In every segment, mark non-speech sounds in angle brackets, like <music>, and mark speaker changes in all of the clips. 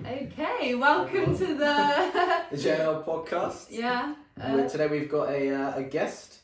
Speaker 1: Okay, welcome to the
Speaker 2: The
Speaker 3: <laughs>
Speaker 2: JNL podcast.
Speaker 1: yeah
Speaker 2: We-
Speaker 1: uh,
Speaker 2: Today we've got a, uh, a guest.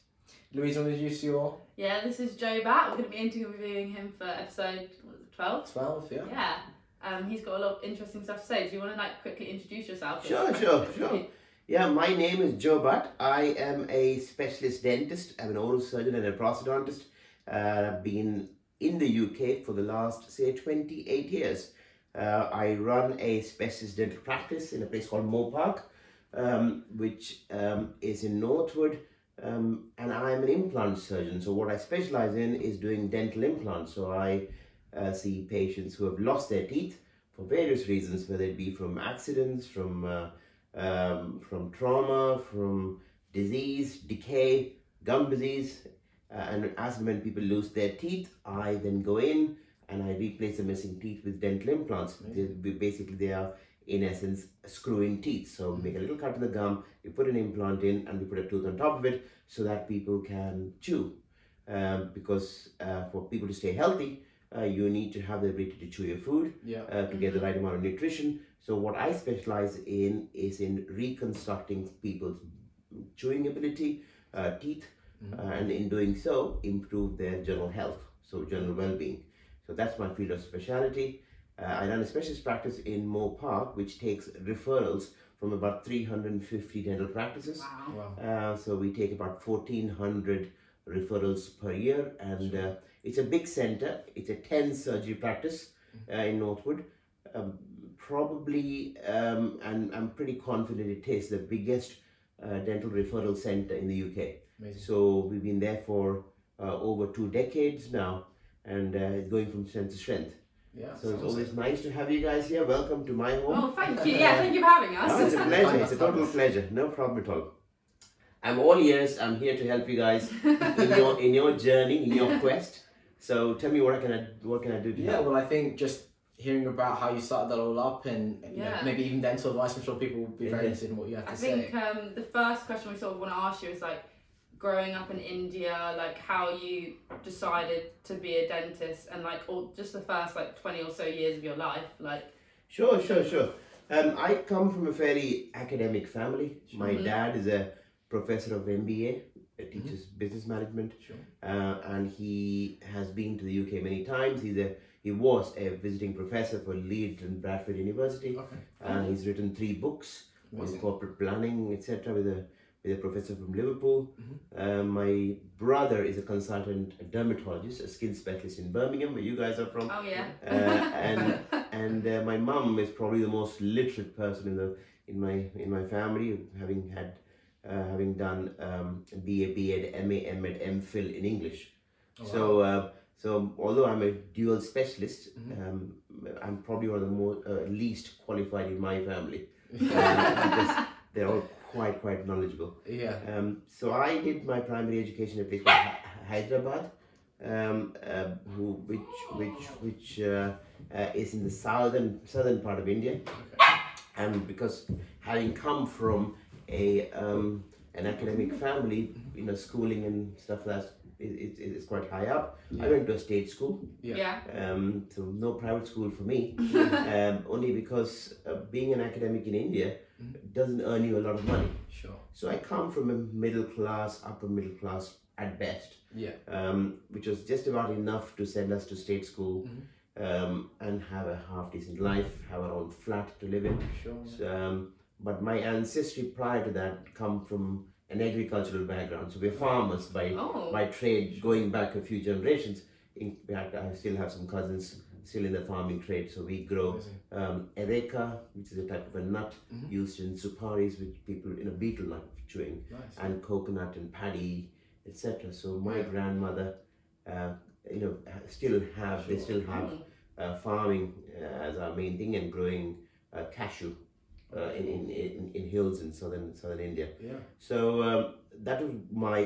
Speaker 2: Louise, want to introduce your
Speaker 1: yeah. This is Joe Bat. We're going to be interviewing him for episode twelve.
Speaker 2: 12, yeah?
Speaker 1: Yeah, um, he's got a lot of interesting stuff to say. Do you want to like quickly introduce yourself?
Speaker 3: Sure, sure, sure. Yeah, my name is Joe Butt. I am a specialist dentist. I'm an oral surgeon and a prosthodontist. Uh, I've been in the UK for the last, say, 28 years. Uh, I run a specialist dental practice in a place called Moor Park, um, which um, is in Northwood. Um, and I'm an implant surgeon. So, what I specialize in is doing dental implants. So, I uh, see patients who have lost their teeth for various reasons, whether it be from accidents, from uh, um, from trauma, from disease, decay, gum disease, uh, and as and when people lose their teeth, I then go in and I replace the missing teeth with dental implants. They, we- basically, they are in essence screw-in teeth. So we make a little cut in the gum, we put an implant in, and we put a tooth on top of it so that people can chew. Um, because uh, for people to stay healthy, uh, you need to have the ability to chew your food
Speaker 2: Yeah.
Speaker 3: uh, to get the right amount of nutrition. So what I specialize in is in reconstructing people's chewing ability, uh, teeth,
Speaker 2: Mhm.
Speaker 3: uh, and in doing so, improve their general health, so general well-being. So that's my field of speciality. Uh, I run a specialist practice in Moore Park, which takes referrals from about 350 dental practices.
Speaker 1: Wow.
Speaker 2: Wow.
Speaker 3: Uh, so we take about 1400 referrals per year and uh, it's a big center it's a 10 surgery practice uh, in northwood um, probably um, and i'm pretty confident it is the biggest uh, dental referral center in the uk
Speaker 2: Amazing.
Speaker 3: so we've been there for uh, over two decades now and uh, it's going from strength to strength
Speaker 2: Yeah.
Speaker 3: so it's
Speaker 2: sounds
Speaker 3: always nice to have you guys here welcome to my home
Speaker 1: Oh, thank you. Yeah, thank you for having
Speaker 3: no, it's a
Speaker 1: us.
Speaker 3: pleasure. It's a total pleasure. No problem at all. I'm all ears. I'm here to help you guys in your in your journey, in your quest. So tell me what I can I, what can I do to
Speaker 2: Yeah,
Speaker 3: help?
Speaker 2: well, I think just hearing about how you started that all up and you know,
Speaker 1: Yeah.
Speaker 2: maybe even dental advice, I'm sure people will be very
Speaker 3: Yeah.
Speaker 2: interested in what you have to
Speaker 1: I
Speaker 2: say.
Speaker 1: think um, the first question we sort of want to ask you is like growing up in India, like how you decided to be a dentist and like all just the first like 20 or so years of your life, like
Speaker 3: Sure, sure, sure. Um, I come from a fairly academic family. My
Speaker 1: Mhm.
Speaker 3: dad is a professor of MBA. He teaches business management.
Speaker 2: Sure.
Speaker 3: uh, and he has been to the UK many times. He's a he was a visiting professor for Leeds and Bradford University.
Speaker 2: Okay.
Speaker 3: Uh, he's written three books
Speaker 2: Amazing.
Speaker 3: on corporate planning, etc. With a with a professor from Liverpool.
Speaker 2: Mhm.
Speaker 3: Uh, my brother is a consultant, a dermatologist, a skin specialist in Birmingham, where you guys are from.
Speaker 1: oh yeah.
Speaker 3: Uh, and and uh, my mum is probably the most literate person in the in my in my family, having had uh, having done um, BA, BEd, MA, MEd, MPhil in English.
Speaker 2: Oh,
Speaker 3: So uh, so although I'm a dual specialist,
Speaker 2: Mhm.
Speaker 3: um, I'm probably one of the more uh, least qualified in my family. Uh,
Speaker 2: wow.
Speaker 3: because they're all quite quite knowledgeable.
Speaker 2: yeah.
Speaker 3: Um, so I did my primary education at a place called Hy- Hyderabad, um, uh, who, which which which uh, uh, is in the southern southern part of India, and because having come from a um, an academic family, you know, schooling and stuff that's it, it, it's quite high up. I went to a state school,
Speaker 2: Yeah.
Speaker 1: Yeah.
Speaker 3: um, so no private school for me, um, only because uh, being an academic in India doesn't earn you a lot of money.
Speaker 2: <laughs> Sure.
Speaker 3: So I come from a middle class, upper middle class at best,
Speaker 2: Yeah.
Speaker 3: um, which was just about enough to send us to state school
Speaker 2: Mhm.
Speaker 3: um, and have a half decent life, have our own flat to live in.
Speaker 2: Sure.
Speaker 3: So, um, but my ancestry prior to that come from an agricultural background. So we're farmers by
Speaker 1: Oh.
Speaker 3: by trade, going back a few generations. In fact, I still have some cousins still in the farming trade. So we grow
Speaker 2: Amazing.
Speaker 3: um, ereka, which is a type of a nut
Speaker 2: Mhm.
Speaker 3: used in suparis, which people in a beetle nut chewing,
Speaker 2: Nice.
Speaker 3: and coconut and paddy, etc. So my grandmother, uh, you know, ha- still have they still have
Speaker 1: Mm.
Speaker 3: uh, farming uh, as our main thing and growing uh, cashew uh, in, in, in in hills in southern southern India.
Speaker 2: Yeah.
Speaker 3: So um, that was my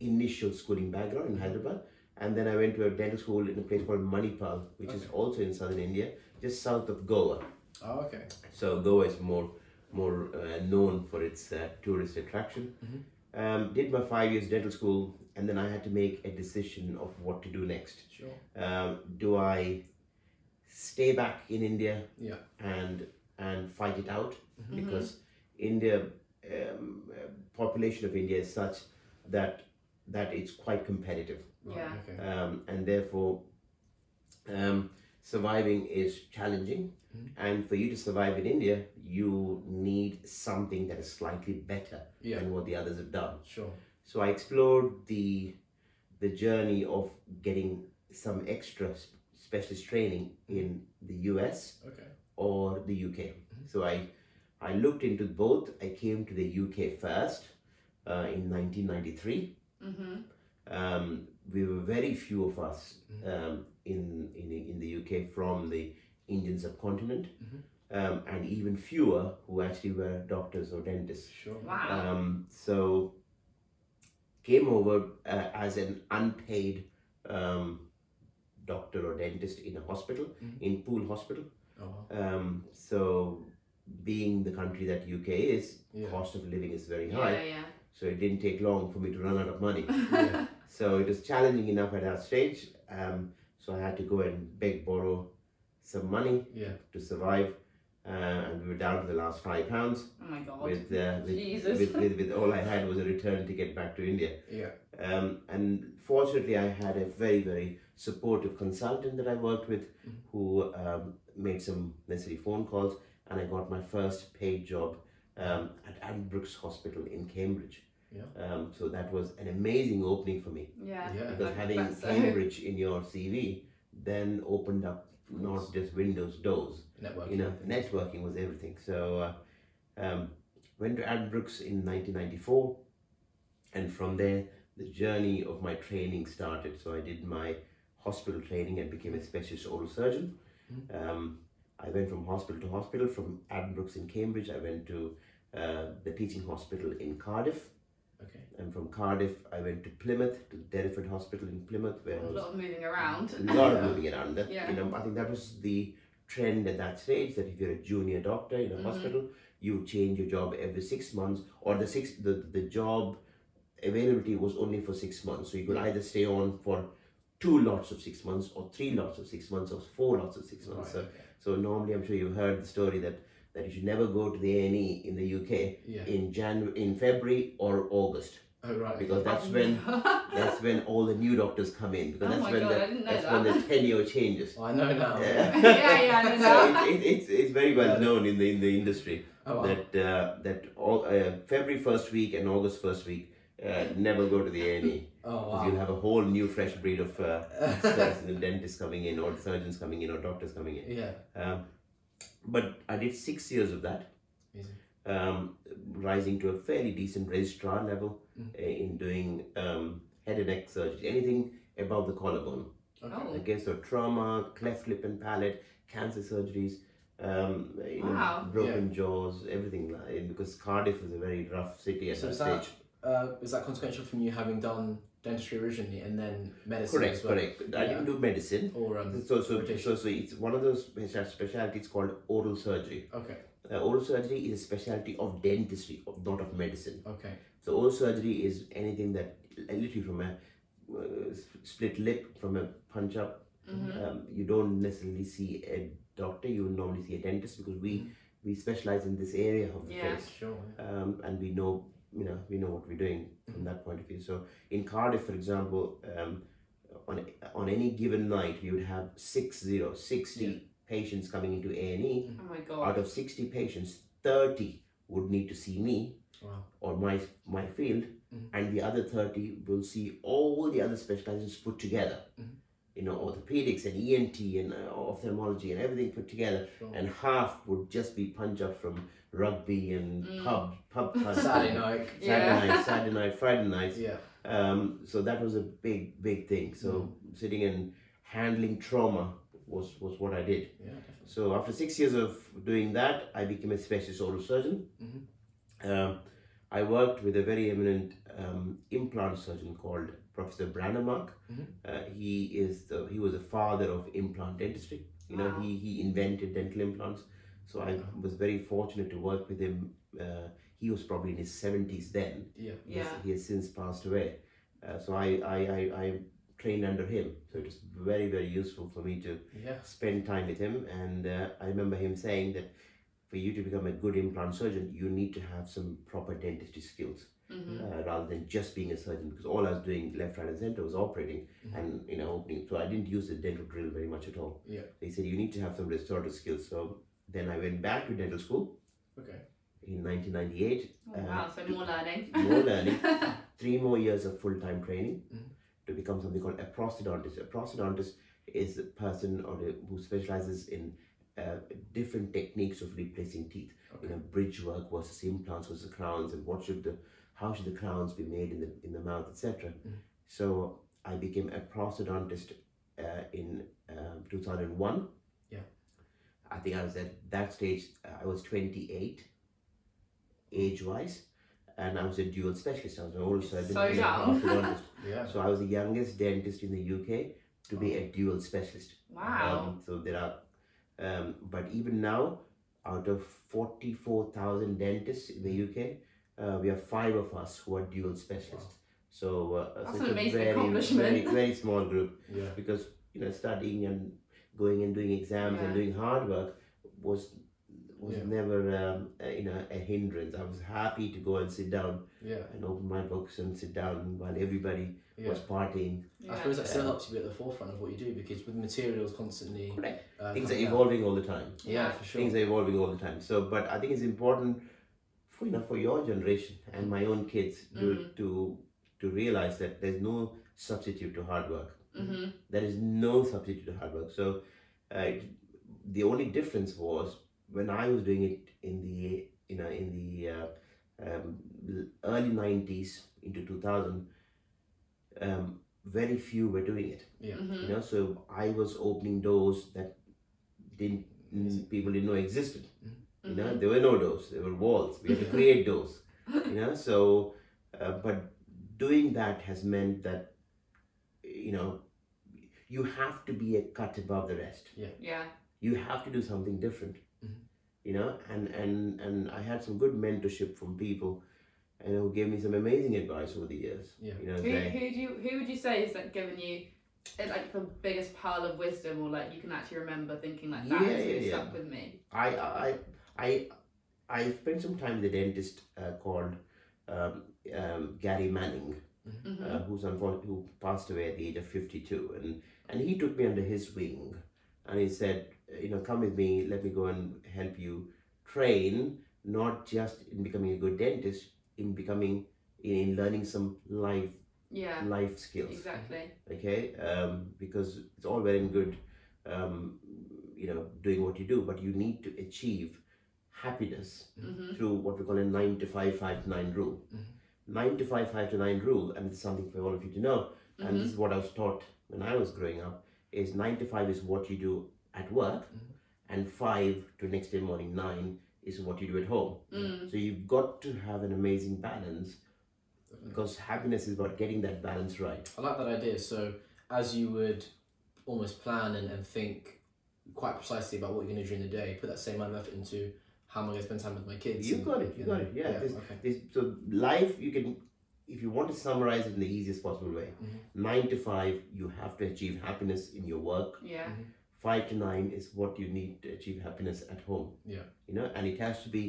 Speaker 3: initial schooling background in Hyderabad. And then I went to a dental school in a place called Manipal, which is
Speaker 2: Okay.
Speaker 3: also in southern India, just south of Goa.
Speaker 2: Oh, okay.
Speaker 3: So Goa is more more uh, known for its uh, tourist attraction. Um, did my five years dental school, and then I had to make a decision of what to do next.
Speaker 2: Sure.
Speaker 3: Um, do I stay back in India
Speaker 2: Yeah.
Speaker 3: and and fight it out
Speaker 1: Mhm.
Speaker 3: because India um, uh, population of India is such that that it's quite competitive
Speaker 2: Right,
Speaker 1: Yeah.
Speaker 2: Okay.
Speaker 3: um, and therefore um, surviving is challenging
Speaker 2: Mhm.
Speaker 3: and for you to survive in India you need something that is slightly better
Speaker 2: Yeah.
Speaker 3: than what the others have done
Speaker 2: Sure.
Speaker 3: so I explored the the journey of getting some extra sp- specialist training in the US
Speaker 2: Okay.
Speaker 3: or the UK. So I I looked into both. I came to the UK first uh, in 1993.
Speaker 1: Mhm.
Speaker 3: Um, we were very few of us um, in, in in the UK from the Indian subcontinent,
Speaker 2: Mhm.
Speaker 3: um, and even fewer who actually were doctors or dentists.
Speaker 2: Sure.
Speaker 1: Wow.
Speaker 3: Um, so came over uh, as an unpaid um, doctor or dentist in a hospital
Speaker 2: Mhm.
Speaker 3: in Pool Hospital.
Speaker 2: Oh, wow.
Speaker 3: Um, so being the country that UK is,
Speaker 2: Yeah.
Speaker 3: cost of living is very high.
Speaker 1: Yeah, yeah.
Speaker 3: So it didn't take long for me to run out of money. <laughs>
Speaker 2: Yeah.
Speaker 3: so it was challenging enough at that stage. Um, so I had to go and beg, borrow some money
Speaker 2: Yeah.
Speaker 3: to survive. Uh, and we were down to the last five pounds
Speaker 1: <laughs> oh my god.
Speaker 3: with, uh, with,
Speaker 1: Jesus.
Speaker 3: with, with, with all I had was a return to get back to India.
Speaker 2: Yeah.
Speaker 3: Um, and fortunately, I had a very, very supportive consultant that I worked with
Speaker 2: Mhm.
Speaker 3: who um, made some necessary phone calls, and I got my first paid job um, at Addenbrooke's Hospital in Cambridge.
Speaker 2: Yeah.
Speaker 3: Um, so that was an amazing opening for me
Speaker 1: yeah.
Speaker 2: Yeah.
Speaker 3: because
Speaker 1: I
Speaker 3: having
Speaker 1: bet so.
Speaker 3: Cambridge in your CV then opened up not just windows, doors.
Speaker 2: Networking.
Speaker 3: You know, networking was everything. So uh, um, went to Addenbrooke's in 1994, and from there the journey of my training started. So I did my hospital training and became a specialist oral surgeon. Um, I went from hospital to hospital. From Addenbrooke's in Cambridge, I went to uh, the teaching hospital in Cardiff,
Speaker 2: Okay.
Speaker 3: and from Cardiff I went to Plymouth to Derriford Hospital in Plymouth, where I
Speaker 1: A
Speaker 3: was
Speaker 1: lot of moving around.
Speaker 3: a lot of moving around. That,
Speaker 1: <laughs> Yeah.
Speaker 3: You know, I think that was the trend at that stage that if you're a junior doctor in a
Speaker 1: Mhm.
Speaker 3: hospital, you change your job every six months, or the six the, the job availability was only for six months. So you could
Speaker 1: Yeah.
Speaker 3: either stay on for two lots of six months, or three lots of six months, or four lots of six
Speaker 2: Right.
Speaker 3: months. So,
Speaker 2: okay.
Speaker 3: so normally, I'm sure you've heard the story that that you should never go to the A and E in the UK
Speaker 2: Yeah.
Speaker 3: in January, in February, or August
Speaker 2: Oh right.
Speaker 3: because
Speaker 1: <laughs>
Speaker 3: that's when that's when all the new doctors come in because
Speaker 1: Oh
Speaker 3: that's
Speaker 1: my
Speaker 3: when
Speaker 1: God,
Speaker 3: the,
Speaker 1: I didn't know
Speaker 3: that's
Speaker 1: that. Oh.
Speaker 3: when the tenure changes.
Speaker 2: Well, I know now.
Speaker 3: Yeah.
Speaker 1: <laughs> Yeah, yeah, I know
Speaker 3: so
Speaker 1: that.
Speaker 3: it, it, it's, it's very well known in the in the industry
Speaker 2: <laughs> Oh, wow.
Speaker 3: that uh, that all uh, February first week and August first week uh, never go to the A and E
Speaker 2: oh <laughs>
Speaker 3: because you'll
Speaker 2: wow.
Speaker 3: have a whole new fresh breed of uh, surgeons and dentists coming in or surgeons coming in or doctors coming in.
Speaker 2: yeah.
Speaker 3: Um, but I did six years of that,
Speaker 2: Amazing.
Speaker 3: um, rising to a fairly decent registrar level
Speaker 2: Mm.
Speaker 3: uh, in doing um, head and neck surgery, anything above the collarbone.
Speaker 2: Okay.
Speaker 1: Oh.
Speaker 3: against the trauma, cleft lip and palate, cancer surgeries, um, you know,
Speaker 1: Wow.
Speaker 3: broken jaws, everything. like- and Because Cardiff is a very rough city at
Speaker 2: So
Speaker 3: that
Speaker 2: is that
Speaker 3: stage.
Speaker 2: uh, is that consequential from you having done dentistry originally and then medicine
Speaker 3: Correct,
Speaker 2: as well?
Speaker 3: correct. I didn't do medicine.
Speaker 2: Or um,
Speaker 3: So, so, so,
Speaker 2: rotation.
Speaker 3: so it's one of those special- specialties called oral surgery.
Speaker 2: okay,
Speaker 3: Uh, oral surgery is a specialty of dentistry, of- not of medicine.
Speaker 2: okay,
Speaker 3: So oral surgery is anything that literally from a uh, s- split lip, from a punch up,
Speaker 1: <laughs> Mhm.
Speaker 3: um, you don't necessarily see a doctor you normally see a dentist because we
Speaker 2: Mhm.
Speaker 3: we specialize in this area of the
Speaker 1: Yeah.
Speaker 3: face
Speaker 2: sure.
Speaker 3: um, and we know you know we know what we're doing from that point of view so in cardiff for example um, on on any given night you would have six zero 60
Speaker 2: Yeah.
Speaker 3: patients coming into E. a&e
Speaker 1: Oh my
Speaker 3: out
Speaker 1: god.
Speaker 3: of 60 patients 30 would need to see me
Speaker 2: Wow.
Speaker 3: or my my field
Speaker 2: Mhm.
Speaker 3: and the other 30 will see all the other specializations put together
Speaker 2: Mhm.
Speaker 3: you know orthopedics and ent and uh, ophthalmology and everything put together
Speaker 2: Sure. <laughs>
Speaker 3: and half would just be punjab from rugby and
Speaker 1: Mm.
Speaker 3: pub pub punch.
Speaker 2: Saturday night.
Speaker 1: Yeah.
Speaker 3: Saturday night, Saturday night, Friday
Speaker 2: <laughs>
Speaker 3: night.
Speaker 2: Yeah.
Speaker 3: Um, so that was a big, big thing. So sitting and handling trauma was, was what I did.
Speaker 2: Yeah. Definitely.
Speaker 3: So after six years of doing that, I became a specialist oral surgeon.
Speaker 2: Mhm.
Speaker 1: Mm-hmm.
Speaker 3: Um, I worked with a very eminent um, implant surgeon called Professor Brannamark.
Speaker 1: Mm-hmm.
Speaker 2: Mhm.
Speaker 3: Uh, he is the, he was the father of implant dentistry. You know,
Speaker 1: Wow.
Speaker 3: he, he invented dental implants. So I
Speaker 2: Wow.
Speaker 3: was very fortunate to work with him. Uh, he was probably in his seventies then.
Speaker 2: Yeah.
Speaker 3: He has-
Speaker 1: Yeah.
Speaker 3: He has since passed away. Uh, so I, I, I, I trained under him. So it was very very useful for me to
Speaker 2: Yeah.
Speaker 3: spend time with him and uh, i remember him saying that for you to become a good implant surgeon, you need to have some proper dentistry skills
Speaker 1: Mm-hmm.
Speaker 3: uh, rather than just being a surgeon. Because all I was doing left, right, and center was operating
Speaker 2: Mhm.
Speaker 3: and you know opening. So I didn't use the dental drill very much at all.
Speaker 2: Yeah.
Speaker 3: They said you need to have some restorative skills. So then I went back to dental school
Speaker 2: Okay.
Speaker 3: in 1998.
Speaker 1: Oh, wow, so more learning.
Speaker 3: Uh, more learning. Three more years of full time training
Speaker 2: Mhm.
Speaker 3: to become something called a prosthodontist. A prosthodontist is a person or a, who specializes in uh, different techniques of replacing teeth you
Speaker 2: Okay.
Speaker 3: know, bridge work versus implants versus crowns, and what should the how should the crowns be made in the in the mouth, etc.
Speaker 2: Mm.
Speaker 3: So I became a prosthodontist uh, in um 2001.
Speaker 2: Yeah.
Speaker 3: I think I was at that stage. uh, I was 28, age wise, and I was a dual specialist. I was an oral surgeon
Speaker 1: So
Speaker 3: and a
Speaker 1: young.
Speaker 3: prosthodontist.
Speaker 2: <laughs> Yeah.
Speaker 3: so I was the youngest dentist in the UK to be a dual specialist.
Speaker 1: <laughs> wow.
Speaker 3: Um, so there are, um, but even now, out of 44,000 dentists in the
Speaker 1: Mm.
Speaker 3: UK, uh, we have five of us who are dual specialists. So uh,
Speaker 1: That's an
Speaker 3: such a
Speaker 1: amazing
Speaker 3: very,
Speaker 1: accomplishment.
Speaker 3: Very, <laughs> very small group
Speaker 2: Yeah.
Speaker 3: because you know studying and going and doing exams and
Speaker 1: Yeah.
Speaker 3: doing hard work was was
Speaker 2: Yeah.
Speaker 3: never um, a- you know a hindrance. I was happy to go and sit down
Speaker 2: Yeah.
Speaker 3: and open my books and sit down while everybody
Speaker 2: Yeah.
Speaker 3: was partying.
Speaker 2: I
Speaker 1: Yeah.
Speaker 2: suppose that still
Speaker 3: Yeah.
Speaker 2: helps you be at the forefront of what you do because with materials constantly
Speaker 3: Correct.
Speaker 2: uh,
Speaker 3: Things are
Speaker 2: coming out.
Speaker 3: evolving all the time.
Speaker 2: Yeah, for sure.
Speaker 3: things are evolving all the time so but i think it's important for you know for your generation and my own kids to
Speaker 1: Mhm.
Speaker 3: to to realize that there's no substitute to hard work
Speaker 1: Mm-hmm.
Speaker 3: there is no substitute to hard work so uh, it, the only difference was when i was doing it in the you know in the uh, um, l- early 90s into 2000 um, very few were doing it
Speaker 2: Yeah.
Speaker 1: Mm-hmm.
Speaker 3: you know so i was opening doors that didn't
Speaker 2: Amazing.
Speaker 3: people didn't know existed you know
Speaker 1: Mm-hmm.
Speaker 3: there were no doors there were walls we had to create doors you know so uh, but doing that has meant that you know you have to be a cut above the rest
Speaker 1: Yeah.
Speaker 3: you have to do something different
Speaker 2: Mhm.
Speaker 3: you know and and and i had some good mentorship from people and who gave me some amazing advice over the years
Speaker 2: Yeah.
Speaker 3: you know
Speaker 1: Who,
Speaker 3: they-
Speaker 1: who do you, who would you say has like given you eh, like the biggest pearl of wisdom or like you can actually remember thinking like that
Speaker 3: Yeah,
Speaker 1: has really
Speaker 3: yeah, yeah.
Speaker 1: stuck with me?
Speaker 3: I I I I spent some time with a dentist uh, called um, um, Gary Manning,
Speaker 1: Mm-hmm.
Speaker 3: uh, who's unfor- who passed away at the age of fifty two, and and he took me under his wing, and he said, "Uh, you know, come with me, let me go and help you train not just in becoming a good dentist, in becoming in, in learning some life
Speaker 1: yeah.
Speaker 3: life skills
Speaker 1: Exactly.
Speaker 3: okay um, because it's all well and good um, you know doing what you do but you need to achieve happiness
Speaker 1: Mm-hmm.
Speaker 3: through what we call a 9 to 5 5 to 9 rule
Speaker 2: Mhm.
Speaker 3: 9 to 5 5 to 9 rule and it's something for all of you to know
Speaker 1: Mm-hmm.
Speaker 3: and this is what i was taught when i was growing up is 9 to 5 is what you do at work
Speaker 2: Mhm.
Speaker 3: and 5 to next day morning 9 is what you do at home
Speaker 1: Mm-hmm.
Speaker 3: so you've got to have an amazing balance
Speaker 2: Definitely.
Speaker 3: because happiness is about getting that balance right
Speaker 2: I like that idea. So, as you would almost plan and, and think quite precisely about what you're going to do during the day, put that same amount of effort into how am I going to spend time with my kids.
Speaker 3: You
Speaker 2: and-
Speaker 3: got it, you got it. Yeah, this-
Speaker 2: okay.
Speaker 3: This, so life, you can, if you want to summarize it in the easiest possible way,
Speaker 2: Mhm.
Speaker 3: nine to five, you have to achieve happiness in your work.
Speaker 1: Yeah.
Speaker 3: Five to nine is what you need to achieve happiness at home.
Speaker 2: Yeah.
Speaker 3: You know, and it has to be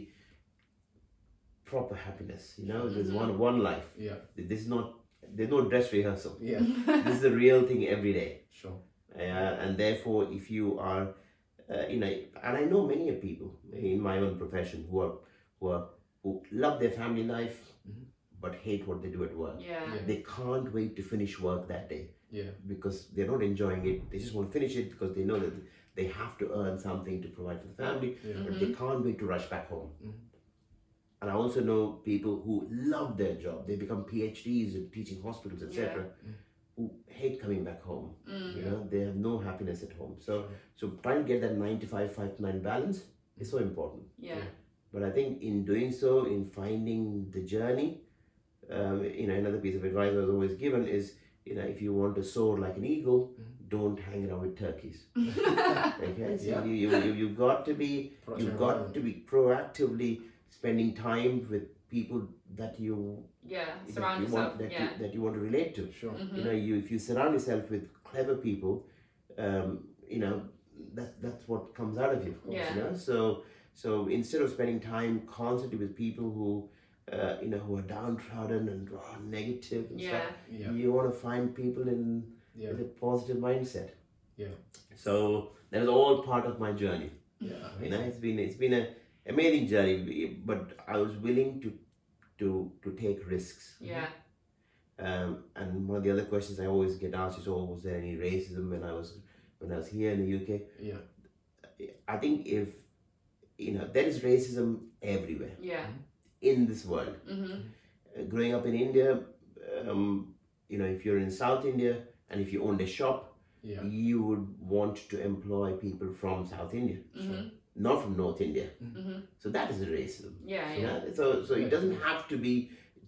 Speaker 3: proper happiness. You know, there's
Speaker 1: Mhm.
Speaker 3: one one life.
Speaker 2: Yeah,
Speaker 3: This is not there's no dress rehearsal. <laughs>
Speaker 2: yeah,
Speaker 3: this
Speaker 1: Mm.
Speaker 3: is the real thing every day.
Speaker 2: sure.
Speaker 3: Uh, and therefore, if you are, uh, you know, and I know many of people in my own profession who are who are who love their family life,
Speaker 2: Mhm.
Speaker 3: but hate what they do at
Speaker 1: <laughs>
Speaker 3: work.
Speaker 1: yeah.
Speaker 2: Yeah.
Speaker 3: They can't wait to finish work that day
Speaker 2: Yeah,
Speaker 3: because they're not enjoying it. They just want to finish it because they know that they have to earn something to provide for the family,
Speaker 2: yeah,
Speaker 1: Mhm.
Speaker 3: but they can't wait to rush back home.
Speaker 2: Mhm.
Speaker 3: And I also know people who love their job. They become PhDs in teaching hospitals, etc.
Speaker 2: Yeah. Mhm.
Speaker 3: Who hate coming back home
Speaker 1: Mm.
Speaker 3: you know they have no happiness at home so
Speaker 2: sure.
Speaker 3: so trying to get that 9 to 5 5 to 9 balance is so important
Speaker 1: Yeah.
Speaker 3: but i think in doing so in finding the journey um, you know another piece of advice i was always given is you know if you want to soar like an eagle
Speaker 2: Mhm.
Speaker 3: don't hang around with turkeys
Speaker 1: Mm. <laughs>
Speaker 3: okay so
Speaker 2: Yeah.
Speaker 3: you, you, you you've got to be
Speaker 2: Product
Speaker 3: you've got
Speaker 2: environment.
Speaker 3: to be proactively spending time with people that you
Speaker 1: <laughs> yeah.
Speaker 3: that
Speaker 1: Surround
Speaker 3: you
Speaker 1: yourself.
Speaker 3: want that,
Speaker 1: yeah.
Speaker 3: you, that you want to relate to
Speaker 2: Sure.
Speaker 1: Mm-hmm.
Speaker 3: you know you if you surround yourself with clever people um, you know that that's what comes out of you of course
Speaker 1: Yeah.
Speaker 3: you know so So instead of spending time constantly with people who, uh, you know, who are downtrodden and oh, negative and
Speaker 1: Yeah.
Speaker 3: stuff,
Speaker 2: Yeah.
Speaker 3: you want to find people in
Speaker 2: Yeah.
Speaker 3: with a positive mindset.
Speaker 2: Yeah.
Speaker 3: So that is all part of my journey.
Speaker 2: Yeah.
Speaker 3: You know, it's been it's been a amazing journey, but I was willing to to to take risks.
Speaker 1: Yeah.
Speaker 3: Um, and one of the other questions I always get asked is, "Oh, was there any racism when I was when I was here in the UK?"
Speaker 2: Yeah.
Speaker 3: I think if you know there is racism everywhere
Speaker 1: Yeah.
Speaker 3: in this world.
Speaker 1: Mm-hmm.
Speaker 3: Uh, growing up in India, um, you know, if you're in South India and if you owned a shop,
Speaker 2: Yeah.
Speaker 3: you would want to employ people from South India,
Speaker 1: Mm-hmm.
Speaker 3: not from North India.
Speaker 1: Mm-hmm.
Speaker 3: So that is a racism.
Speaker 1: Yeah.
Speaker 3: You
Speaker 1: Yeah.
Speaker 3: know? So so it
Speaker 2: Right.
Speaker 3: doesn't have to be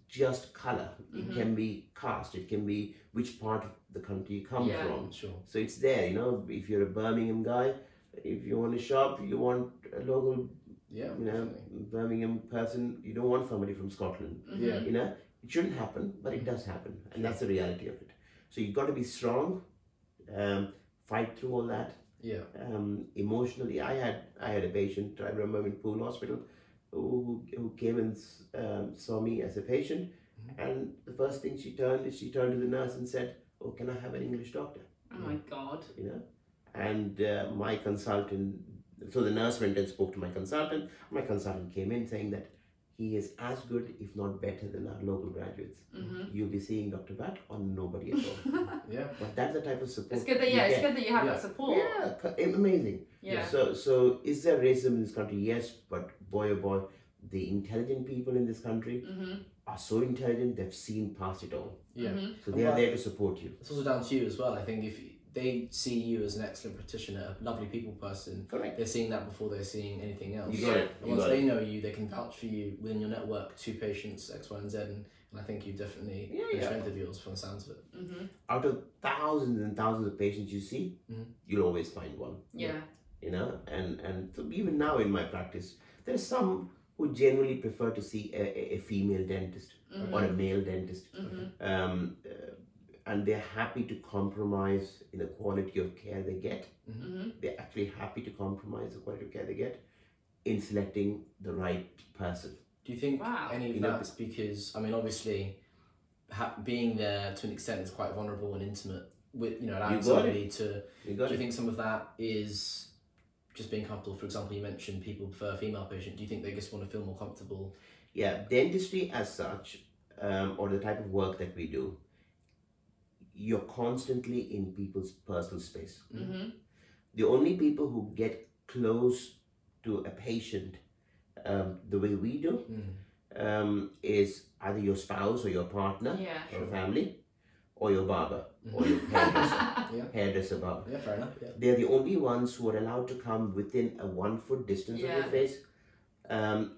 Speaker 3: just color. It
Speaker 1: Mhm.
Speaker 3: can be caste. It can be which part of the country you come
Speaker 1: Yeah.
Speaker 3: from.
Speaker 2: Sure.
Speaker 3: So it's there. You know, if you're a Birmingham guy, if you own a shop, you want a local,
Speaker 2: Yeah.
Speaker 3: you know,
Speaker 2: definitely.
Speaker 3: Birmingham person. You don't want somebody from Scotland.
Speaker 1: Mm-hmm.
Speaker 2: Yeah.
Speaker 3: You know, it shouldn't happen, but it does happen, and that's the reality of it. So you've got to be strong. Um, fight through all that
Speaker 2: Yeah.
Speaker 3: um, emotionally. I had I had a patient I remember in Poole Hospital who who came and s- um, saw me as a patient, and the first thing she turned is she turned to the nurse and said, "Oh, can I have an English doctor?"
Speaker 1: Oh my god.
Speaker 3: You know, and uh, my consultant. So the nurse went and spoke to my consultant. My consultant came in saying that he is as good, if not better, than our local graduates.
Speaker 1: Mm-hmm.
Speaker 3: You'll be seeing Dr. Bat or nobody at
Speaker 1: <laughs>
Speaker 3: all.
Speaker 2: Yeah.
Speaker 3: but that's the type of support.
Speaker 1: It's good that
Speaker 3: you
Speaker 1: yeah, it's
Speaker 3: get.
Speaker 1: good that you have
Speaker 2: Yeah.
Speaker 1: that support.
Speaker 3: Yeah, c- amazing.
Speaker 1: Yeah.
Speaker 3: So, so is there racism in this country? Yes, but boy, oh boy, the intelligent people in this country
Speaker 1: Mm-hmm.
Speaker 3: are so intelligent they've seen past it all.
Speaker 2: Yeah.
Speaker 1: Mm-hmm.
Speaker 3: So they are there to support you.
Speaker 2: It's also down to you as well. I think if they see you as an excellent practitioner, a lovely people person,
Speaker 3: Correct.
Speaker 2: they're seeing that before they're seeing anything else.
Speaker 3: You got it.
Speaker 2: And
Speaker 3: You
Speaker 2: once
Speaker 3: got
Speaker 2: they
Speaker 3: it.
Speaker 2: know you, they can vouch for you within your network to patients X, Y, and Z. And I think you definitely
Speaker 3: Yeah,
Speaker 2: yeah,
Speaker 3: yeah.
Speaker 2: strength of yours from the sounds of it.
Speaker 1: Mm-hmm.
Speaker 3: Out of thousands and thousands of patients you see,
Speaker 2: Mhm.
Speaker 3: you'll always find one.
Speaker 1: Yeah.
Speaker 3: You know, and and so even now in my practice, there's some who generally prefer to see a, a- a female dentist
Speaker 1: Mm-hmm.
Speaker 3: or a male dentist,
Speaker 1: Mm-hmm.
Speaker 3: um, uh, and they're happy to compromise in the quality of care they get.
Speaker 1: Mm-hmm.
Speaker 3: they're actually happy to compromise the quality of care they get in selecting the right person.
Speaker 2: Do you think
Speaker 1: Wow.
Speaker 2: any of
Speaker 3: You know-
Speaker 2: that's because I mean, obviously, ha- being there to an extent is quite vulnerable and intimate. With you know, allowing
Speaker 3: You got
Speaker 2: somebody to
Speaker 3: You
Speaker 2: Do
Speaker 3: got
Speaker 2: you
Speaker 3: it?
Speaker 2: think some of that is just being comfortable? For example, you mentioned people prefer a female patient. Do you think they just want to feel more comfortable?
Speaker 3: Yeah, dentistry as such, um, or the type of work that we do, you're constantly in people's personal space.
Speaker 1: Mm-hmm.
Speaker 3: The only people who get close to a patient um, the way we do
Speaker 1: Mm.
Speaker 3: um, is either your spouse or your partner
Speaker 1: Yeah.
Speaker 3: or
Speaker 2: Sure.
Speaker 3: family or your barber
Speaker 2: <laughs>
Speaker 3: or your
Speaker 1: <laughs>
Speaker 3: hairdresser, hairdresser barber.
Speaker 2: Mm-hmm. Yeah, fair enough. Yeah.
Speaker 3: They're the only ones who are allowed to come within a one foot distance of
Speaker 1: Yeah.
Speaker 3: your face. Um,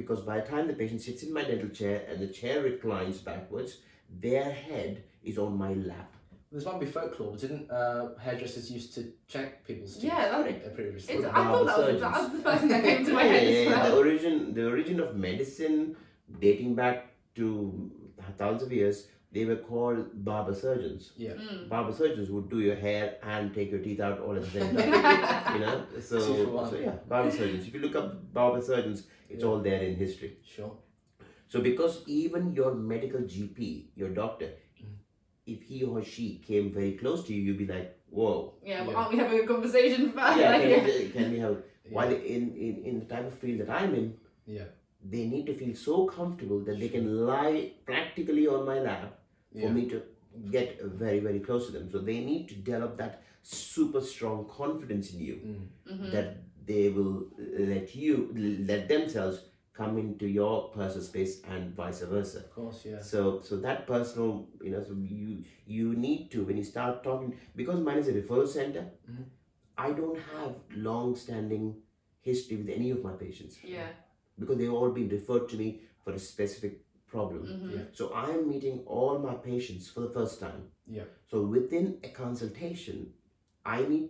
Speaker 3: because by the time the patient sits in my dental chair and the chair reclines backwards, their head is on my lap.
Speaker 2: This might be folklore, but didn't uh, hairdressers used to check people's teeth?
Speaker 1: Yeah, that-
Speaker 2: uh, previously.
Speaker 1: It's, I thought that was, that was the first thing that came
Speaker 3: <laughs>
Speaker 1: to my
Speaker 3: Yeah,
Speaker 1: head
Speaker 3: yeah,
Speaker 1: as
Speaker 3: yeah. The
Speaker 1: well.
Speaker 3: origin, the origin of medicine, dating back to thousands of years, they were called barber surgeons.
Speaker 1: Mm.
Speaker 3: Barber surgeons would do your hair and take your teeth out all at the same time.
Speaker 1: <laughs>
Speaker 3: <laughs> you know, so,
Speaker 2: Two for one.
Speaker 3: so yeah, barber surgeons. If you look up barber surgeons, it's
Speaker 2: Yeah.
Speaker 3: all there in history.
Speaker 2: Sure.
Speaker 3: So because even your medical GP, your doctor,
Speaker 2: Mm.
Speaker 3: if he or she came very close to you, you'd be like,
Speaker 2: <laughs>
Speaker 3: whoa.
Speaker 1: yeah,
Speaker 2: Yeah.
Speaker 1: but aren't we having a conversation first?
Speaker 3: Yeah,
Speaker 1: Like,
Speaker 3: can, we- can we have
Speaker 2: Yeah.
Speaker 3: while in, in, in the type of field that I'm in,
Speaker 2: Yeah.
Speaker 3: they need to feel so comfortable that they can lie practically on my lap
Speaker 2: Yeah.
Speaker 3: for me to get very, very close to them. So they need to develop that super strong confidence in you
Speaker 2: Mm.
Speaker 1: Mhm.
Speaker 3: that they will let you let themselves come into your personal space and vice versa.
Speaker 2: Of course. Yeah.
Speaker 3: So so that personal, you know, so you you need to when you start talking because mine is a referral center.
Speaker 2: Mhm.
Speaker 3: I don't have long-standing history with any of my patients
Speaker 1: Yeah.
Speaker 3: because they've all been referred to me for a specific problem.
Speaker 1: Mm-hmm.
Speaker 2: Yeah.
Speaker 3: So I am meeting all my patients for the first time.
Speaker 2: Yeah.
Speaker 3: So within a consultation, I need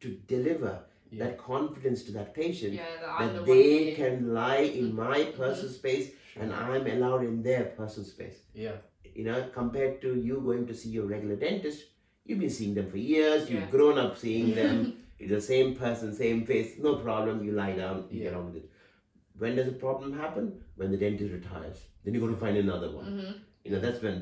Speaker 3: to deliver
Speaker 2: Yeah.
Speaker 3: that confidence to that patient
Speaker 1: Yeah, that I'm the
Speaker 3: that
Speaker 1: one.
Speaker 3: they
Speaker 1: here.
Speaker 3: can lie in my
Speaker 1: Mm-hmm.
Speaker 3: personal space
Speaker 2: Sure.
Speaker 3: and I'm allowed in their personal space.
Speaker 2: yeah.
Speaker 3: You know, compared to you going to see your regular dentist, you've been seeing them for years,
Speaker 1: Yeah. <laughs>
Speaker 3: you've grown up seeing them, It's the same person, same face, no problem. You lie down, you get
Speaker 2: Yeah.
Speaker 3: on with it. When does a problem happen? When the dentist retires, then you're going to find another one.
Speaker 1: Mhm.
Speaker 3: You know that's when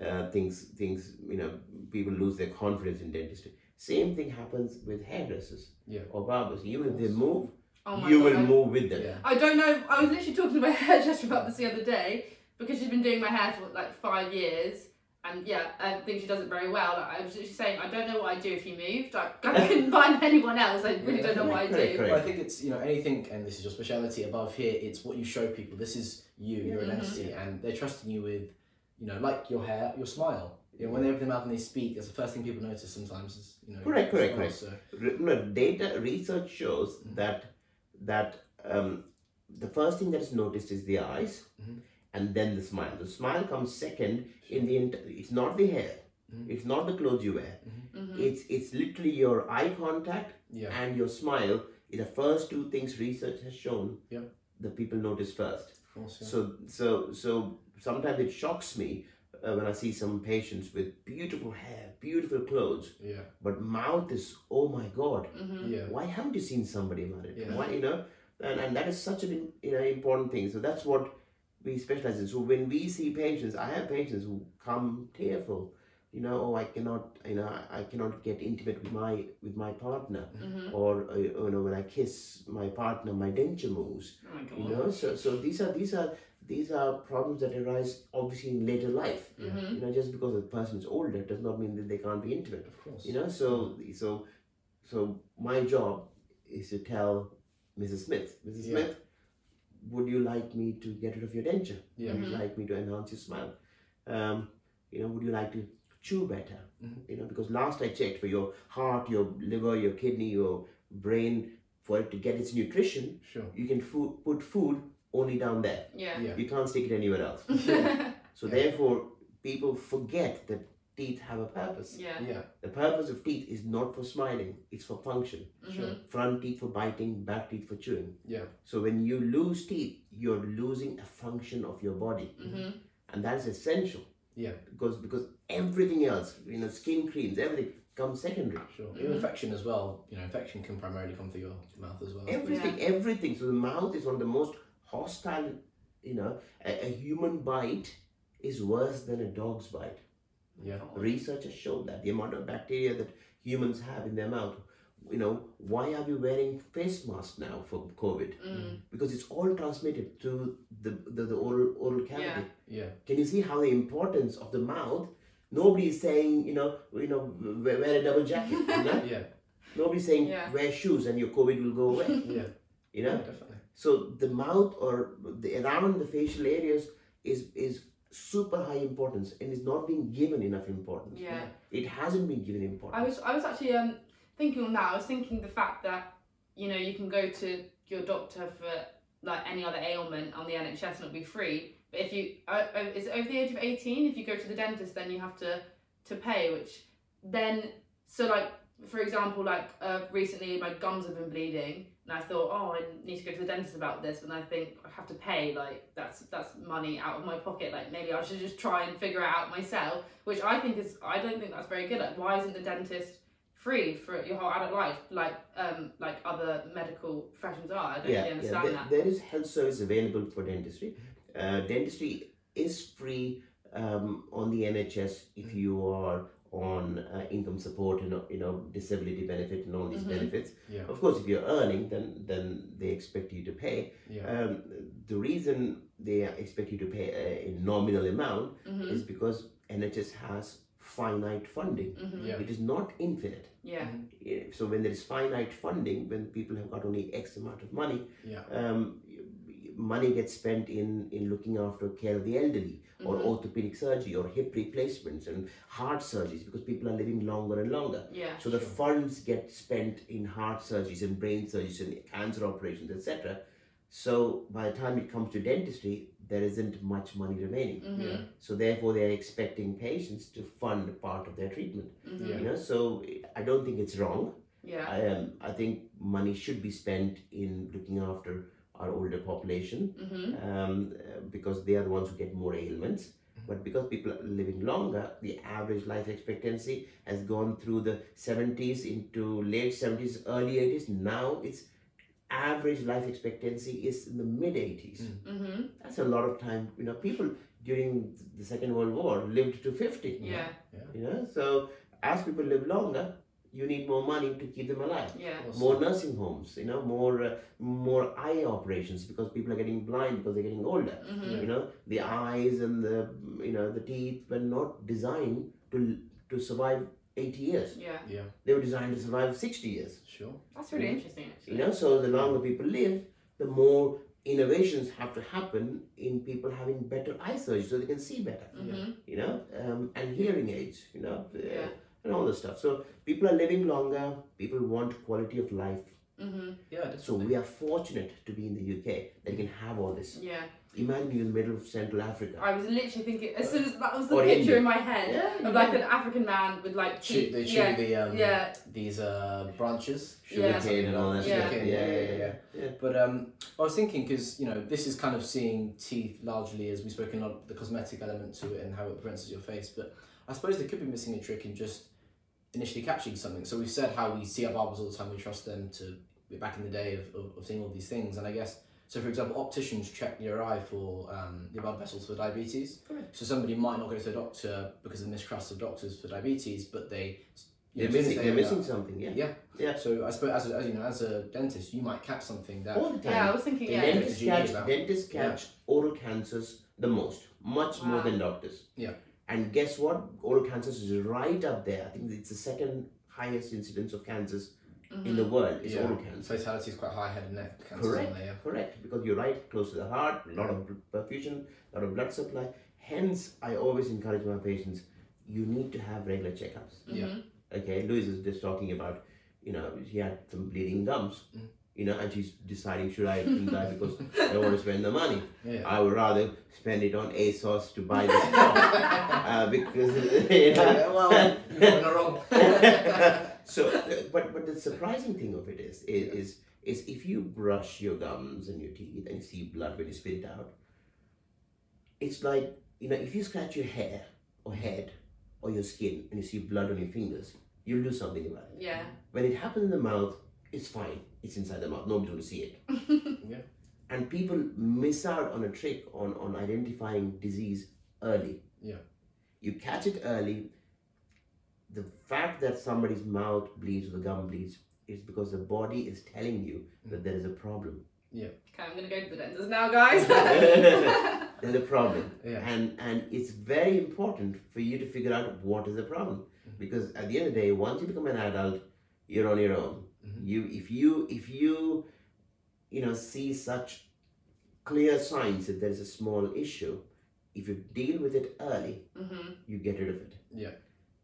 Speaker 3: uh, things things you know people lose their confidence in dentistry. Same thing happens with hairdressers
Speaker 2: Yeah.
Speaker 3: or barbers. You if they move,
Speaker 1: Oh my
Speaker 3: you
Speaker 1: god.
Speaker 3: will
Speaker 1: I-
Speaker 3: move with them.
Speaker 2: Yeah.
Speaker 1: I don't know. I was literally talking to my <laughs> hairdresser about this the other day because she's been doing my hair for like five years, and yeah, I think she does it very well. Like, I was just saying, I don't know what I'd do if you moved. Like,
Speaker 3: <laughs>
Speaker 1: I couldn't find anyone else. I really don't know what I'd
Speaker 3: Correct,
Speaker 1: do.
Speaker 3: correct.
Speaker 2: But I think it's you know anything, and this is your speciality above here. It's what you show people. This is you, your
Speaker 1: Mhm.
Speaker 2: identity, and they're trusting you with, you know, like your hair, your smile. You know, when they open their mouth and they speak, that's the first thing people notice. Sometimes is you know.
Speaker 3: Correct,
Speaker 2: your
Speaker 3: correct,
Speaker 2: smile,
Speaker 3: correct. Re- no, data research shows
Speaker 2: Mhm.
Speaker 3: that that um, the first thing that is noticed is the eyes,
Speaker 2: Mhm.
Speaker 3: and then the smile. The smile comes second in the ent- it's not the hair,
Speaker 2: Mhm.
Speaker 3: it's not the clothes you wear.
Speaker 1: hmm
Speaker 3: It's it's literally your eye contact
Speaker 2: Mm-hmm. Yeah.
Speaker 3: and your smile. Is the first two things research has shown.
Speaker 2: Yeah.
Speaker 3: The people notice first.
Speaker 2: Of course, yeah.
Speaker 3: So so so sometimes it shocks me uh, when I see some patients with beautiful hair, beautiful clothes,
Speaker 2: yeah.
Speaker 3: but mouth is oh my god.
Speaker 1: hmm
Speaker 2: Yeah.
Speaker 3: Why haven't you seen somebody married?
Speaker 2: Yeah.
Speaker 3: Why you know? And, and that is such an im- you know important thing. So that's what we specialize in. So when we see patients, I have patients who come tearful. You know, oh I cannot you know I- I cannot get intimate with my with my partner.
Speaker 1: hmm
Speaker 3: Or uh, you know when I kiss my partner, my denture moves
Speaker 1: Oh my god.
Speaker 3: you know so, so these are these are these are problems that arise obviously in later life
Speaker 2: Yeah.
Speaker 1: hmm
Speaker 3: you know just because a person is older does not mean that they can't be intimate
Speaker 2: Of course.
Speaker 3: you know so so so my job is to tell mrs smith mrs
Speaker 2: Yeah.
Speaker 3: smith would you like me to get rid of your denture
Speaker 2: Yeah.
Speaker 3: would you like me to enhance your smile um, you know would you like to chew better
Speaker 2: Mhm.
Speaker 3: you know because last i checked for your heart your liver your kidney your brain for it to get its nutrition
Speaker 2: Sure.
Speaker 3: you can fo- put food only down there.
Speaker 1: Yeah. <laughs>
Speaker 2: Yeah. Mm-hmm.
Speaker 3: You can't stick it anywhere else.
Speaker 1: yeah.
Speaker 3: so
Speaker 2: Yeah.
Speaker 3: therefore, people forget that teeth have a purpose.
Speaker 2: Yeah.
Speaker 3: The purpose of teeth is not for smiling; it's for function.
Speaker 2: Sure.
Speaker 1: Mhm.
Speaker 3: Front teeth for biting, back teeth for chewing.
Speaker 2: Yeah.
Speaker 3: So when you lose teeth, you're losing a function of your body,
Speaker 1: Mhm.
Speaker 3: and that is essential.
Speaker 2: Yeah.
Speaker 3: Because because everything else, you know, skin creams, everything comes secondary.
Speaker 2: Sure.
Speaker 1: Mhm.
Speaker 2: Even infection as well. You know, infection can primarily come through your mouth as well.
Speaker 3: Everything, everything. So the mouth is one of the most hostile. You know, a, a human bite is worse than a dog's bite.
Speaker 2: Yeah.
Speaker 3: Research has shown that the amount of bacteria that humans have in their mouth. You know, why are we wearing face masks now for COVID?
Speaker 1: Mm.
Speaker 3: Because it's all transmitted through the the, the oral oral cavity.
Speaker 1: Yeah.
Speaker 2: Yeah.
Speaker 3: Can you see how the importance of the mouth? Nobody is saying you know you know wear, wear a double jacket. <laughs> you know?
Speaker 2: Yeah.
Speaker 3: Nobody's saying
Speaker 1: Yeah.
Speaker 3: wear shoes and your COVID will go away.
Speaker 2: Yeah.
Speaker 3: You
Speaker 2: Yeah.
Speaker 3: know.
Speaker 2: Definitely.
Speaker 3: So the mouth or the around the facial areas is is super high importance and is not being given enough importance.
Speaker 1: Yeah.
Speaker 3: It hasn't been given
Speaker 1: I
Speaker 3: importance.
Speaker 1: was I was actually um thinking on that. I was thinking the fact that you know you can go to your doctor for like any other ailment on the NHS and it'll be free. But if you uh, uh, is it over the age of eighteen, if you go to the dentist, then you have to to pay. Which then so like for example like uh, recently my gums have been bleeding and I thought oh I need to go to the dentist about this and I think I have to pay like that's that's money out of my pocket like maybe I should just try and figure it out myself which I think is I don't think that's very good. Like, why isn't the dentist free for your whole adult life, like um, like other medical professions are? I don't
Speaker 3: yeah,
Speaker 1: really
Speaker 3: yeah.
Speaker 1: understand
Speaker 3: There- there is health service available for dentistry. Uh, dentistry is free um, on the NHS
Speaker 1: Mm-hmm.
Speaker 3: if you are on uh, income support and uh, you know disability benefit and all these
Speaker 1: Mhm.
Speaker 3: benefits.
Speaker 2: Yeah.
Speaker 3: Of course, if you're earning, then then they expect you to pay.
Speaker 2: Yeah.
Speaker 3: Um, the reason they expect you to pay a, a nominal amount
Speaker 1: that. Mhm.
Speaker 3: is because NHS has finite funding.
Speaker 1: Mhm.
Speaker 2: Yeah.
Speaker 3: It is not infinite.
Speaker 1: Yeah.
Speaker 3: Yeah, So when there is finite funding, when people have got only X amount of money,
Speaker 2: Yeah.
Speaker 3: um, money gets spent in, in looking after care of the elderly or
Speaker 2: Mm-hmm.
Speaker 1: Mhm.
Speaker 3: orthopedic surgery or hip replacements and heart surgeries because people are living longer and longer.
Speaker 1: Yeah.
Speaker 3: So the
Speaker 2: Sure.
Speaker 3: funds get spent in heart surgeries and brain surgeries and cancer operations, etc. So by the time it comes to dentistry, there isn't much money remaining.
Speaker 1: Mhm.
Speaker 2: Yeah.
Speaker 3: So therefore, they are expecting patients to fund part of their treatment.
Speaker 1: Mhm.
Speaker 2: Yeah.
Speaker 3: You know, so I don't think it's wrong.
Speaker 1: Yeah.
Speaker 3: I um, I think money should be spent in looking after our older population
Speaker 1: Mhm.
Speaker 3: um, uh, because they are the ones who get more ailments. But because people are living longer, the average life expectancy has gone through the 70s into late 70s, early 80s. Now its average life expectancy is in the mid 80s.
Speaker 2: Mm.
Speaker 1: Mm-hmm.
Speaker 3: That's a lot of time. You know, people during the Second World War lived to 50.
Speaker 1: Yeah.
Speaker 3: You know, so as people live longer, you need more money to keep them alive.
Speaker 1: Yeah.
Speaker 2: Awesome.
Speaker 3: More nursing homes, you know, more uh, more eye operations because people are getting blind because they're getting older.
Speaker 1: Mm-hmm.
Speaker 3: You know, the eyes and the you know the teeth were not designed to to survive 80 years.
Speaker 1: Yeah.
Speaker 2: Yeah,
Speaker 3: They were designed to survive 60 years.
Speaker 2: sure.
Speaker 1: That's really
Speaker 3: Mhm.
Speaker 1: interesting, actually.
Speaker 3: You know, so the longer people live, the more innovations have to happen in people having better eye surgery so they can see better
Speaker 1: Mm-hmm.
Speaker 3: you know, um, and hearing aids, you know, uh,
Speaker 1: Yeah.
Speaker 3: and all this stuff. So people are living longer, people want quality of life.
Speaker 1: Mm-hmm.
Speaker 2: Yeah, definitely.
Speaker 3: So we are fortunate to be in the UK that you can have all this.
Speaker 1: Yeah.
Speaker 3: Imagine you're in the middle of Central Africa.
Speaker 1: I was literally thinking as soon as that was the
Speaker 3: Or
Speaker 1: picture
Speaker 3: India.
Speaker 1: in my head
Speaker 3: Yeah,
Speaker 1: of like an African man with like
Speaker 2: chew,
Speaker 1: cheap,
Speaker 2: they chew
Speaker 1: yeah,
Speaker 2: the um,
Speaker 1: yeah,
Speaker 2: these uh, branches.
Speaker 1: Yeah.
Speaker 3: sugarcane and all that stuff.
Speaker 2: Sugarcane,
Speaker 3: Yeah,
Speaker 2: yeah,
Speaker 3: yeah,
Speaker 2: yeah, yeah.
Speaker 3: yeah.
Speaker 2: But um, I was thinking because you know this is kind of seeing teeth largely as we've spoken of the cosmetic element to it and how it prints your face. But I suppose they could be missing a trick in just initially catching something. So we've said how we see our barbers all the time. We trust them to back in the day of, of, of seeing all these things. And I guess so. For example, opticians check your eye for um, the blood vessels for diabetes.
Speaker 3: Correct.
Speaker 2: So somebody might not go to a doctor because of mistrust of doctors for diabetes, but they you
Speaker 3: They're
Speaker 2: know,
Speaker 3: missing,
Speaker 2: since they
Speaker 3: they're
Speaker 2: were-
Speaker 3: missing something, yeah.
Speaker 2: yeah.
Speaker 3: Yeah.
Speaker 2: So I suppose as a, as you know, as a dentist, you might catch something that
Speaker 3: All the
Speaker 1: yeah. I
Speaker 3: time.
Speaker 1: was thinking,
Speaker 2: They
Speaker 1: yeah,
Speaker 2: didn't-
Speaker 3: Dentists,
Speaker 2: Yeah.
Speaker 3: catch, dentists catch oral cancers the most, much more
Speaker 1: Wow.
Speaker 3: than doctors.
Speaker 2: Yeah.
Speaker 3: And guess what? Oral cancers is right up there. I think it's the second highest incidence of cancers in the
Speaker 1: mhm.
Speaker 3: world is
Speaker 2: Mm-hmm. Yeah.
Speaker 3: oral cancer.
Speaker 2: fatality is quite high, head and neck cancer.
Speaker 3: Correct.
Speaker 2: isn't there?
Speaker 3: Correct, because you're right, close to the heart, a lot of bl- perfusion, a lot of blood supply. Hence, I always encourage my patients, you need to have regular checkups.
Speaker 2: Mm-hmm. Yeah.
Speaker 1: Mhm.
Speaker 3: Okay, Louise is just talking about, you know, she had some bleeding gums,
Speaker 2: Mm.
Speaker 3: you know, and she's deciding, should I do that because I don't want to spend the money.
Speaker 2: Yeah. yeah.
Speaker 3: I would rather spend it on ASOS to buy this
Speaker 2: <laughs>
Speaker 3: stuff. <laughs> Uh, because, <laughs> you know,
Speaker 2: Yeah, well, you're not <laughs> wrong.
Speaker 3: so uh, but but the surprising thing of it is is, is is if you brush your gums and your teeth and see blood when you spit it out it's like you know if you scratch your hair or head or your skin and you see blood on your fingers you'll do something about it
Speaker 1: Yeah. <laughs>
Speaker 3: when it happens in the mouth it's fine it's inside the mouth nobody's going to see it
Speaker 2: Yeah.
Speaker 3: and people miss out on a trick on on identifying disease early
Speaker 2: Yeah.
Speaker 3: you catch it early the fact that somebody's mouth bleeds or the gum bleeds is because the body is telling you that there is a problem.
Speaker 1: Okay, I'm gonna go to the dentist now, guys. <laughs>
Speaker 3: There's a problem.
Speaker 2: Yeah.
Speaker 3: And and it's very important for you to figure out what is the problem. Because at the end of the day, once you become an adult, you're on your own.
Speaker 2: Mhm.
Speaker 3: You if you if you you know see such clear signs that there's a small issue, if you deal with it early,
Speaker 1: mm-hmm.
Speaker 3: you get rid of it.
Speaker 2: Yeah.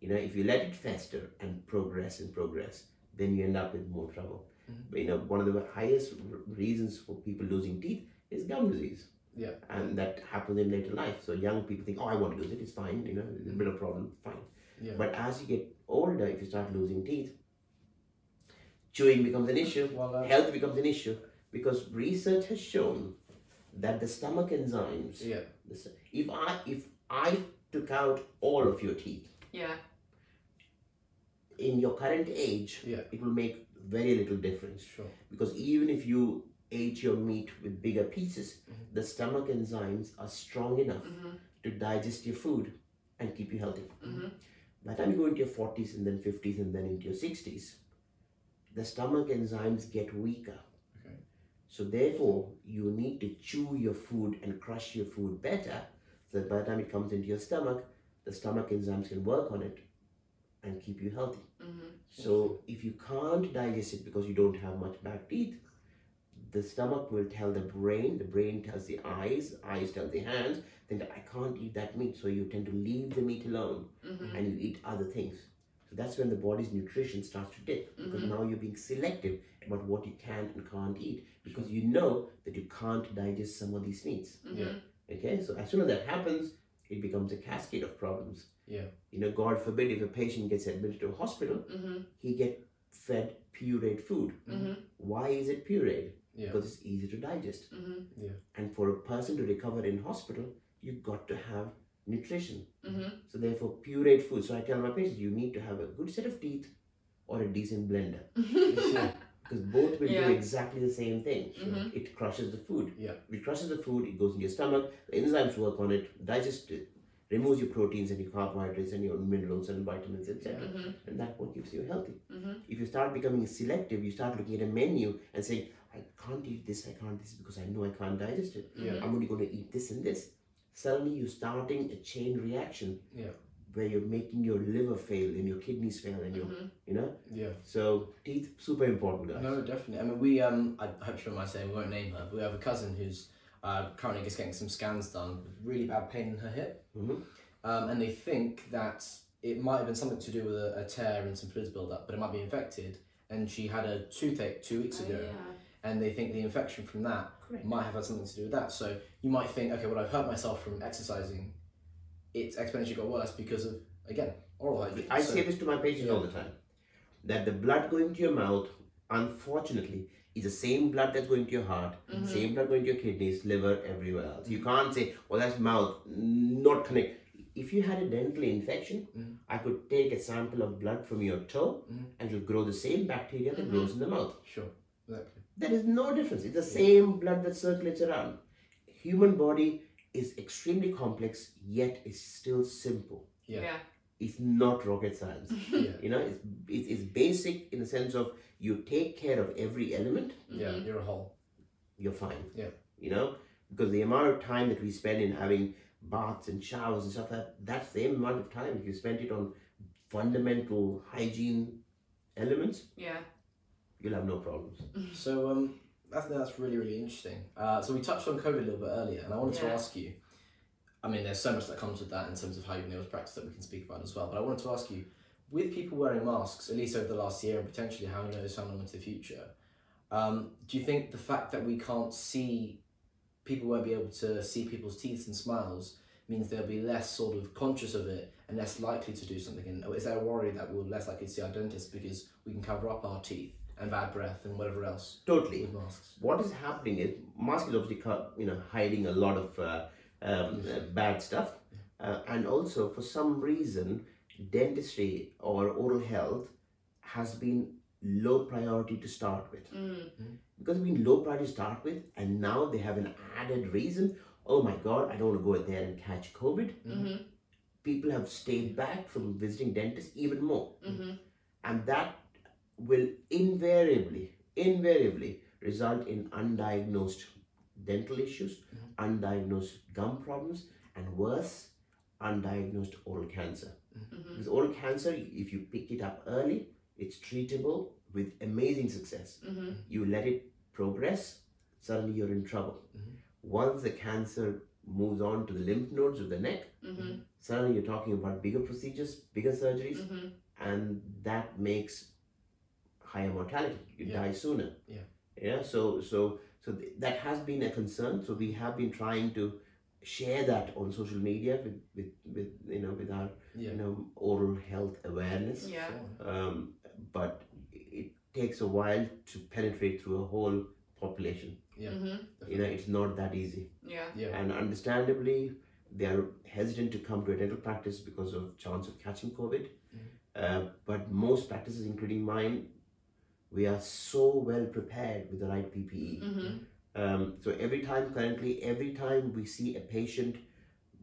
Speaker 3: You know, if you let it fester and progress and progress, then you end up with more trouble.
Speaker 2: Mhm.
Speaker 3: But, you know, one of the highest r- reasons for people losing teeth is gum disease.
Speaker 2: Yeah.
Speaker 3: And that happens in later life. So young people think, oh, I want to lose it. It's fine. You know, it's a bit of a problem. Fine.
Speaker 2: Mm-hmm. Yeah.
Speaker 3: But as you get older, if you start losing teeth, chewing becomes an issue
Speaker 2: Well, uh,
Speaker 3: health becomes an issue because research has shown that the stomach enzymes
Speaker 2: Yeah.
Speaker 3: this- if i if i took out all of your teeth
Speaker 1: Yeah.
Speaker 3: in your current age
Speaker 2: Yeah.
Speaker 3: it will make very little difference
Speaker 2: sure.
Speaker 3: because even if you ate your meat with bigger pieces
Speaker 2: Mhm.
Speaker 3: the stomach enzymes are strong enough
Speaker 1: Mm-hmm.
Speaker 3: to digest your food and keep you healthy
Speaker 1: Mm-hmm.
Speaker 3: by the time you go into your 40s and then 50s and then into your 60s, the stomach enzymes get weaker.
Speaker 2: Okay.
Speaker 3: So, therefore, you need to chew your food and crush your food better so that by the time it comes into your stomach, the stomach enzymes can work on it and keep you healthy.
Speaker 1: Mm-hmm.
Speaker 3: So, if you can't digest it because you don't have much back teeth, the stomach will tell the brain, the brain tells the eyes, eyes tell the hands, then I can't eat that meat. So, you tend to leave the meat alone
Speaker 1: Mm-hmm.
Speaker 3: and you eat other things. So that's when the body's nutrition starts to dip because
Speaker 2: Mm-hmm.
Speaker 1: Mhm.
Speaker 3: now you're being selective about what you can and can't eat because you know that you can't digest some of these meats.
Speaker 1: Yeah.
Speaker 3: Okay, so as soon as that happens, it becomes a cascade of problems.
Speaker 2: Yeah.
Speaker 3: You know, God forbid if a patient gets admitted to a hospital,
Speaker 1: Mm-hmm.
Speaker 3: he get fed pureed food.
Speaker 1: Mm-hmm.
Speaker 3: Why is it pureed?
Speaker 2: Yeah. <laughs>
Speaker 3: Because it's easy to digest.
Speaker 1: Mm-hmm.
Speaker 3: And for a person to recover in hospital, you've got to have nutrition.
Speaker 1: hmm
Speaker 3: So therefore, pureed food. So I tell my patients, you need to have a good set of teeth or a decent blender
Speaker 1: Mm-hmm.
Speaker 2: <laughs>
Speaker 3: because both will
Speaker 1: Yeah.
Speaker 3: do exactly the same thing.
Speaker 1: Mhm.
Speaker 3: It crushes the food.
Speaker 2: Yeah.
Speaker 3: It crushes the food. It goes into your stomach. The enzymes work on it, digest it, removes your proteins and your carbohydrates and your minerals and vitamins, etc.
Speaker 1: hmm
Speaker 3: And that what keeps you healthy.
Speaker 1: hmm
Speaker 3: If you start becoming selective, you start looking at a menu and saying, "I can't eat this. I can't this because I know I can't digest it.
Speaker 2: Yeah.
Speaker 3: I'm only going to eat this and this." Suddenly, you're starting a chain reaction
Speaker 2: Yeah.
Speaker 3: where you're making your liver fail and your kidneys fail and your
Speaker 1: Mhm.
Speaker 3: you know
Speaker 2: Yeah.
Speaker 3: so teeth super important guys
Speaker 2: Mm-hmm. No, definitely. I mean, we um, I hope she won't mind saying we won't name her, but we have a cousin who's uh, currently just getting some scans done with really bad pain in her hip,
Speaker 3: Mhm.
Speaker 2: um, and they think that it might have been something to do with a, a tear and some fluids build up, but it might be infected. And she had a toothache two weeks
Speaker 1: Oh,
Speaker 2: ago,
Speaker 1: yeah.
Speaker 2: and they think the infection from that
Speaker 3: Correct.
Speaker 2: might have had something to do with that. So you might think, okay, well, I've hurt myself from exercising. It's exponentially got worse because of again oral hygiene.
Speaker 3: I
Speaker 2: So-
Speaker 3: say this to my patients all the time that the blood going to your mouth, unfortunately, is the same blood that's going to your heart,
Speaker 1: Mhm.
Speaker 3: same blood going to your kidneys, liver, everywhere else. You can't say, well, that's mouth, not connect. If you had a dental infection,
Speaker 2: Mhm.
Speaker 3: I could take a sample of blood from your toe
Speaker 2: Mhm.
Speaker 3: and it'll grow the same bacteria that
Speaker 1: Mhm.
Speaker 3: grows in the mouth.
Speaker 2: sure, exactly.
Speaker 3: There is no difference. It's the
Speaker 2: Yeah.
Speaker 3: same blood that circulates around. Human body is extremely complex, yet it's still simple.
Speaker 1: Yeah.
Speaker 3: It's not rocket science.
Speaker 2: Yeah,
Speaker 3: You know, it's, it's, it's basic in the sense of you take care of every element,
Speaker 1: <laughs>
Speaker 2: yeah,
Speaker 1: Mhm.
Speaker 2: you're a whole.
Speaker 3: you're fine.
Speaker 2: Yeah.
Speaker 3: You know, because the amount of time that we spend in having baths and showers and stuff, that, that same amount of time, if you spent it on fundamental hygiene elements,
Speaker 1: Yeah.
Speaker 3: you'll have no problems.
Speaker 2: So um, that's that's really really interesting. Uh, so we touched on COVID a little bit earlier, and I wanted to
Speaker 1: Yeah.
Speaker 2: ask you. I mean, there's so much that comes with that in terms of how you've been able to practice that we can speak about as well. But I wanted to ask you, with people wearing masks, at least over the last year and potentially how knows how long into the future, um, do you think the fact that we can't see people won't be able to see people's teeth and smiles means they'll be less sort of conscious of it and less likely to do something? And is there a worry that we're less likely to see our dentist because we can cover up our teeth and bad breath and whatever else?
Speaker 3: Totally.
Speaker 2: with masks.
Speaker 3: what is happening is mask is obviously co- you know hiding a lot of uh, um, uh, bad stuff uh, and also for some reason dentistry or oral health has been low priority to start with
Speaker 1: Mm.
Speaker 3: because it's been low priority to start with and now they have an added reason oh my god i don't want to go there and catch covid
Speaker 1: Mhm.
Speaker 3: people have stayed back from visiting dentists even more
Speaker 1: Mhm.
Speaker 3: and that will invariably invariably result in undiagnosed dental issues undiagnosed gum problems and worse undiagnosed oral cancer
Speaker 1: Mhm.
Speaker 3: because oral cancer if you pick it up early it's treatable with amazing success
Speaker 1: Mhm.
Speaker 3: you let it progress suddenly you're in trouble
Speaker 2: Mhm.
Speaker 3: once the cancer moves on to the lymph nodes of the neck
Speaker 1: Mhm.
Speaker 3: suddenly you're talking about bigger procedures bigger surgeries
Speaker 1: Mhm.
Speaker 3: and that makes higher mortality. You
Speaker 2: Yeah.
Speaker 3: die sooner.
Speaker 2: Yeah.
Speaker 3: Yeah. So so so th- that has been a concern. So we have been trying to share that on social media with with, with you know with our
Speaker 2: Yeah.
Speaker 3: you know oral health awareness.
Speaker 1: Yeah.
Speaker 3: Um, but it takes a while to penetrate through a whole population.
Speaker 2: Yeah.
Speaker 1: Mhm.
Speaker 3: You know, it's not that easy.
Speaker 1: Yeah.
Speaker 2: Yeah.
Speaker 3: And understandably, they are hesitant to come to a dental practice because of chance of catching COVID.
Speaker 2: Mhm.
Speaker 3: Uh, but most practices, including mine, we are so well prepared with the right PPE.
Speaker 1: Mhm.
Speaker 3: Um, so every time, currently, every time we see a patient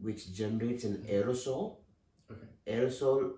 Speaker 3: which generates an aerosol,
Speaker 2: Okay.
Speaker 3: aerosol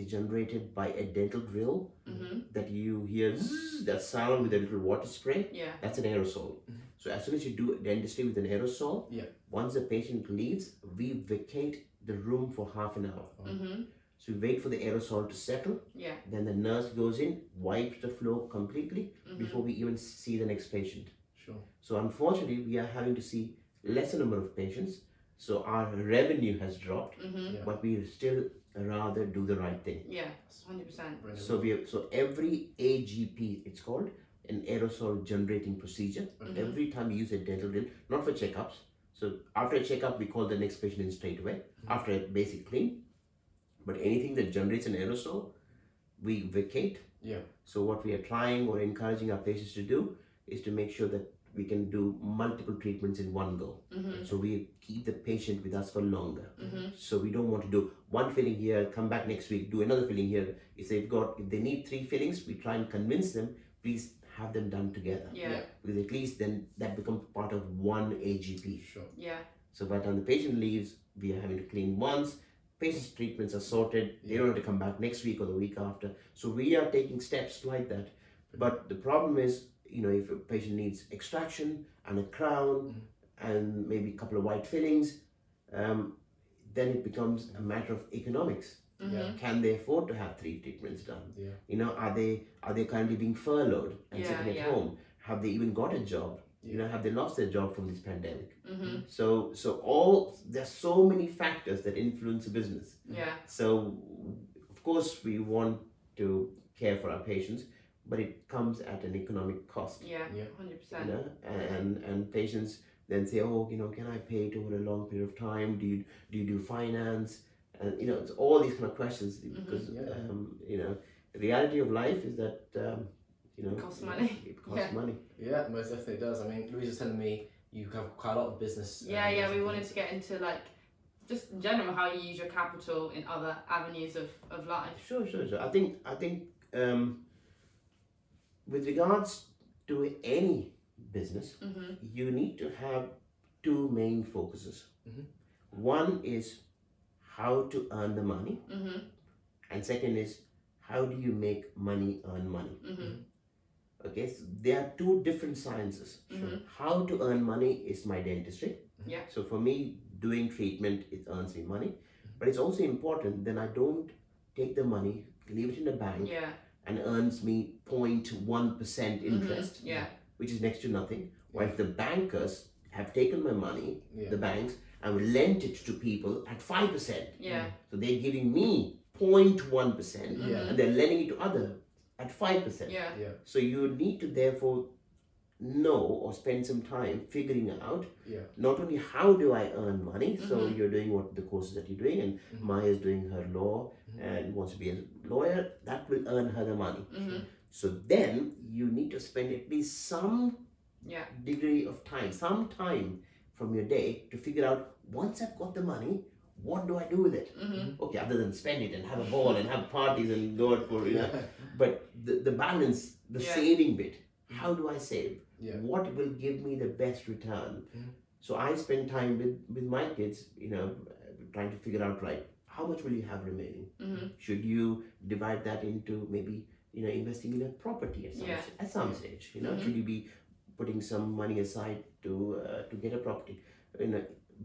Speaker 3: is generated by a dental drill
Speaker 1: Mhm.
Speaker 3: that you hear zzz, that sound with a little water spray.
Speaker 1: Yeah.
Speaker 3: That's an aerosol.
Speaker 2: Mhm.
Speaker 3: So as soon as you do dentistry with an aerosol,
Speaker 2: Yeah.
Speaker 3: once the patient leaves, we vacate the room for half an hour.
Speaker 1: Mhm.
Speaker 3: So we wait for the aerosol to settle.
Speaker 1: Yeah.
Speaker 3: Then the nurse goes in, wipes the floor completely
Speaker 2: Mm-hmm.
Speaker 1: Mhm.
Speaker 3: before we even see the next patient.
Speaker 2: Sure.
Speaker 3: So unfortunately, we are having to see lesser number of patients. So our revenue has dropped,
Speaker 1: Mhm.
Speaker 2: Yeah.
Speaker 3: but we still rather do the right thing.
Speaker 1: Yeah. 100%.
Speaker 2: Right.
Speaker 3: So we have, so every AGP it's called an aerosol generating procedure.
Speaker 1: Mhm.
Speaker 3: Mm-hmm. Every time you use a dental drill, not for checkups. So after a checkup, we call the next patient in straight away after a basic clean. But anything that generates an aerosol, we vacate.
Speaker 2: Yeah.
Speaker 3: So what we are trying or encouraging our patients to do is to make sure that we can do multiple treatments in one go.
Speaker 1: Mhm.
Speaker 3: So we keep the patient with us for longer.
Speaker 1: Mhm.
Speaker 3: So we don't want to do one filling here, come back next week, do another filling here. If they've got, if they need three fillings, we try and convince them, please have them done together.
Speaker 1: Yeah.
Speaker 3: Because at least then that becomes part of one AGP.
Speaker 2: Sure.
Speaker 1: Yeah.
Speaker 3: So by the time the patient leaves, we are having to clean once. Patient's treatments are sorted. They don't have to come back next week or the week after. So we are taking steps like that. But the problem is, you know, if a patient needs extraction and a crown and maybe a couple of white fillings, um, then it becomes a matter of economics.
Speaker 1: Mhm.
Speaker 3: Can they afford to have three treatments done?
Speaker 2: Yeah.
Speaker 3: You know, are they are they currently being furloughed and
Speaker 1: Yeah,
Speaker 3: sitting at
Speaker 1: yeah.
Speaker 3: home? Have they even got a job? You
Speaker 2: Yeah.
Speaker 3: know, have they lost their job from this pandemic?
Speaker 1: Mhm.
Speaker 3: So so all there's so many factors that influence a business.
Speaker 1: Yeah.
Speaker 3: So of course we want to care for our patients, but it comes at an economic cost.
Speaker 1: Yeah.
Speaker 2: Yeah.
Speaker 1: Hundred
Speaker 3: You
Speaker 1: percent.
Speaker 3: know, and and patients then say, oh, you know, can I pay it over a long period of time? Do you do you do finance? And you know, it's all these kind of questions
Speaker 1: Mm-hmm.
Speaker 3: because
Speaker 2: Yeah.
Speaker 3: um, you know the reality of life is that um, you know
Speaker 1: It costs money. <laughs>
Speaker 3: It costs
Speaker 1: Yeah.
Speaker 3: money.
Speaker 2: Yeah, most definitely does. I mean, Louise was telling me you have quite a lot of business.
Speaker 1: Yeah.
Speaker 2: um,
Speaker 1: Yeah. We wanted to get into like just in general how you use your capital in other avenues of of life.
Speaker 3: Sure, sure, sure. I think I think um, with regards to any business,
Speaker 1: Mhm.
Speaker 3: you need to have two main focuses.
Speaker 1: Mm-hmm.
Speaker 2: Mhm.
Speaker 3: One is how to earn the money,
Speaker 1: Mhm.
Speaker 3: and second is how do you make money earn money.
Speaker 1: Mhm.
Speaker 3: Okay, so there are two different sciences.
Speaker 1: Mhm.
Speaker 3: How to earn money is my dentistry.
Speaker 1: Mm-hmm. Yeah.
Speaker 3: So for me, doing treatment it earns me money,
Speaker 1: Mm-hmm.
Speaker 3: but it's also important. Then I don't take the money, leave it in the bank
Speaker 1: Yeah.
Speaker 3: and earns me 0.1% interest,
Speaker 1: Mhm. Yeah.
Speaker 3: which is next to nothing. While if the bankers have taken my money,
Speaker 2: Yeah.
Speaker 3: the banks, and will lent it to people at 5%.
Speaker 1: Yeah.
Speaker 3: So they're giving me 0.1%,
Speaker 2: Yeah.
Speaker 3: and they're lending it to other at 5%.
Speaker 1: Yeah.
Speaker 2: Yeah.
Speaker 3: So you need to therefore know or spend some time figuring out
Speaker 2: Yeah.
Speaker 3: not only how do I earn money, so
Speaker 1: Mhm.
Speaker 3: you're doing what the courses that you're doing, and
Speaker 2: Mhm.
Speaker 3: Maya's doing her law
Speaker 2: Mhm.
Speaker 3: and wants to be a lawyer, that will earn her the money.
Speaker 1: Mhm.
Speaker 3: So then you need to spend at least some
Speaker 1: Yeah.
Speaker 3: degree of time, some time from your day to figure out once I've got the money, what do I do with it?
Speaker 1: Mhm.
Speaker 3: Okay, other than spend it and have a ball and have parties and go out for you know, but the, the balance, the
Speaker 1: Yeah.
Speaker 3: saving bit, how do I save?
Speaker 2: Yeah.
Speaker 3: What will give me the best return?
Speaker 2: Mhm.
Speaker 3: So I spend time with, with my kids, you know, trying to figure out right, how much will you have remaining?
Speaker 1: Mhm.
Speaker 3: Should you divide that into maybe, you know, investing in a property at some,
Speaker 1: Yeah.
Speaker 3: sta- at some stage? You know,
Speaker 1: Mhm.
Speaker 3: should you be putting some money aside to uh, to get a property? You know,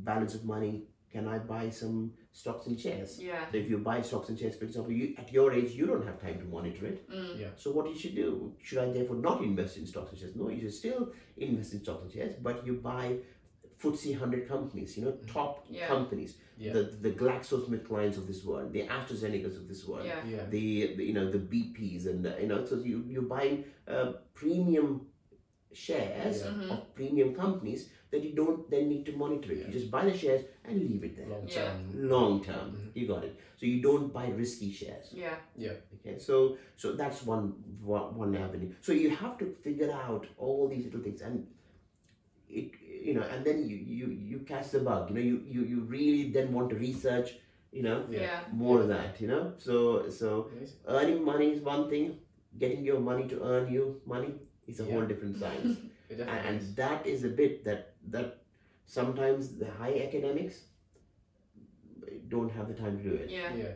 Speaker 3: balance of money, can I buy some stocks and shares?
Speaker 1: Yeah.
Speaker 3: So if you buy stocks and shares, for example, you, at your age, you don't have time to monitor it.
Speaker 1: Mm.
Speaker 3: So what you should do? Should I therefore not invest in stocks and shares? No, you should still invest in stocks and shares, but you buy FTSE 100 companies, you know, top
Speaker 1: Yeah.
Speaker 3: companies,
Speaker 2: <laughs> Yeah.
Speaker 3: the the GlaxoSmithKlines of this world, the AstraZenecas of this world,
Speaker 1: Yeah. Mm-hmm.
Speaker 2: Yeah.
Speaker 3: the the, you know the BPs and the, you know so you you're buying uh, premium shares
Speaker 2: Yeah.
Speaker 1: Mhm.
Speaker 3: of premium companies that you don't then need to monitor it. You
Speaker 2: Yeah.
Speaker 3: just buy the shares and leave it there.
Speaker 2: Long
Speaker 1: Yeah.
Speaker 2: term.
Speaker 3: Long term,
Speaker 2: Mm-hmm.
Speaker 3: you got it. So you don't buy risky shares.
Speaker 1: Yeah.
Speaker 3: Okay, so so that's one one one avenue. So you have to figure out all these little things, and it you know, and then you you you catch the bug. You know, you you you really then want to research. You know,
Speaker 2: Yeah.
Speaker 1: Yeah.
Speaker 3: more of that. You know, so so
Speaker 2: Amazing.
Speaker 3: earning money is one thing. Getting your money to earn you money is a
Speaker 2: Yeah.
Speaker 3: whole different science,
Speaker 2: It
Speaker 3: and,
Speaker 2: definitely is.
Speaker 3: and that is a bit that that sometimes the high academics don't have the time to do it.
Speaker 1: Yeah.
Speaker 2: Yeah.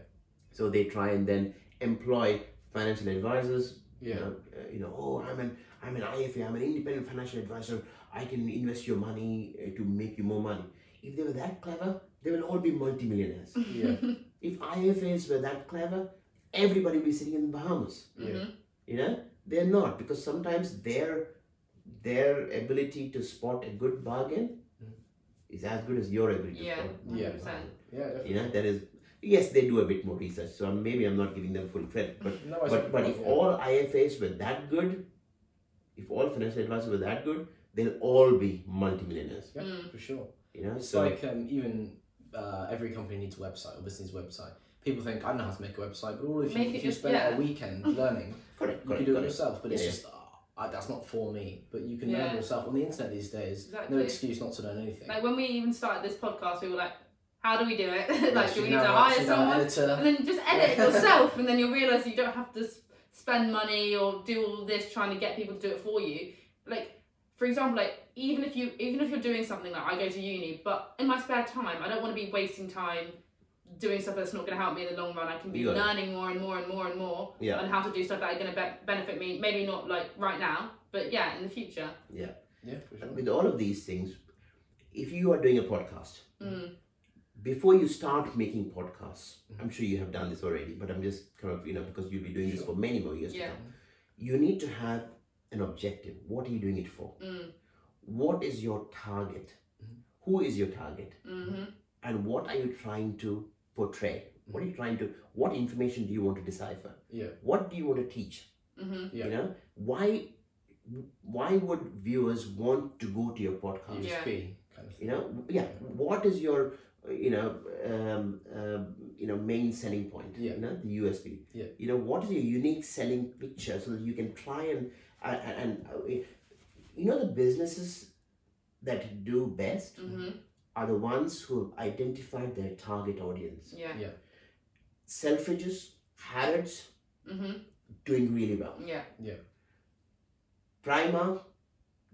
Speaker 3: So they try and then employ financial advisors.
Speaker 2: Yeah.
Speaker 3: You know, uh, you know, oh, I'm an I'm an IFA. I'm an independent financial advisor. I can invest your money uh, to make you more money. If they were that clever, they will all be multimillionaires.
Speaker 1: <laughs>
Speaker 2: Yeah.
Speaker 1: Mm-hmm.
Speaker 3: if IFAs were that clever, everybody would be sitting in the Bahamas.
Speaker 1: Mhm.
Speaker 3: You know, they're not because sometimes their their ability to spot a good bargain
Speaker 2: Mhm.
Speaker 3: is as good as your ability
Speaker 1: Yeah,
Speaker 3: to spot a
Speaker 2: Yeah.
Speaker 3: good
Speaker 1: 100%.
Speaker 3: bargain.
Speaker 2: Yeah. Definitely.
Speaker 3: You know, that is yes, they do a bit more research. So maybe I'm not giving them full credit, but
Speaker 2: No, it's
Speaker 3: but, but
Speaker 2: definitely-
Speaker 3: if all IFAs were that good, if all financial advisors were that good, they'll all be multimillionaires.
Speaker 2: Yeah.
Speaker 1: Mm.
Speaker 2: For sure.
Speaker 3: You know,
Speaker 2: It's
Speaker 3: so
Speaker 2: like um, even uh, every company needs a website or business website. People think I don't know how to make a website, but all if you,
Speaker 1: Make it
Speaker 2: if you
Speaker 1: just-
Speaker 2: spend
Speaker 1: yeah. <laughs>
Speaker 2: a weekend learning,
Speaker 3: correct,
Speaker 2: you can
Speaker 3: correct,
Speaker 2: do it
Speaker 3: correct.
Speaker 2: yourself. But it's
Speaker 3: Yeah, yeah.
Speaker 2: just uh, I, that's not for me. But you can
Speaker 1: Yeah.
Speaker 2: learn yourself on the internet these days.
Speaker 1: Exactly.
Speaker 2: No excuse not to learn anything.
Speaker 1: Like <laughs> when we even started this podcast, we were like, how do we do it? <laughs> like,
Speaker 2: Yeah,
Speaker 1: do
Speaker 2: she's
Speaker 1: we need
Speaker 2: now
Speaker 1: to
Speaker 2: our-
Speaker 1: hire
Speaker 2: she's our
Speaker 1: someone?
Speaker 2: editor.
Speaker 1: <laughs> And then just edit
Speaker 2: Yeah. <laughs>
Speaker 1: yourself, and then you'll realise you don't have to s- spend money or do all this trying to get people to do it for you. Like, for example, like even if you even if you're doing something like I go to uni, but in my spare time, I don't want to be wasting time doing stuff that's not going to help me in the long run. I can be
Speaker 3: You got it.
Speaker 1: learning more and more and more and more
Speaker 3: Yeah.
Speaker 1: on how to do stuff that are going to be- benefit me. Maybe not like right now, but yeah, in the future.
Speaker 2: yeah, for sure.
Speaker 3: With all of these things, if you are doing a podcast,
Speaker 1: Mm.
Speaker 3: before you start making podcasts, I'm sure you have done this already, but I'm just kind of, you know, because you'll be doing this for many more years
Speaker 1: Yeah.
Speaker 3: to come, you need to have an objective. What are you doing it for?
Speaker 1: Mm.
Speaker 3: What is your target?
Speaker 2: Mhm.
Speaker 3: Who is your target?
Speaker 1: hmm
Speaker 3: And what are you trying to portray? What are you trying to, what information do you want to decipher?
Speaker 2: Yeah.
Speaker 3: What do you want to teach?
Speaker 1: hmm
Speaker 2: Yeah.
Speaker 3: You know, why, why would viewers want to go to your podcast?
Speaker 1: Yeah.
Speaker 2: USP kind of thing.
Speaker 3: you know yeah what is your you know um, um, you know main selling point
Speaker 2: Yeah.
Speaker 3: you know the usp
Speaker 2: Yeah.
Speaker 3: you know what is your unique selling picture so that you can try and and, and uh, you know the businesses that do best
Speaker 2: Mm.
Speaker 1: hmm
Speaker 3: are the ones who have identified their target audience
Speaker 1: Yeah.
Speaker 3: selfridges harrods
Speaker 1: hmm
Speaker 3: doing really well
Speaker 1: Yeah.
Speaker 3: Primer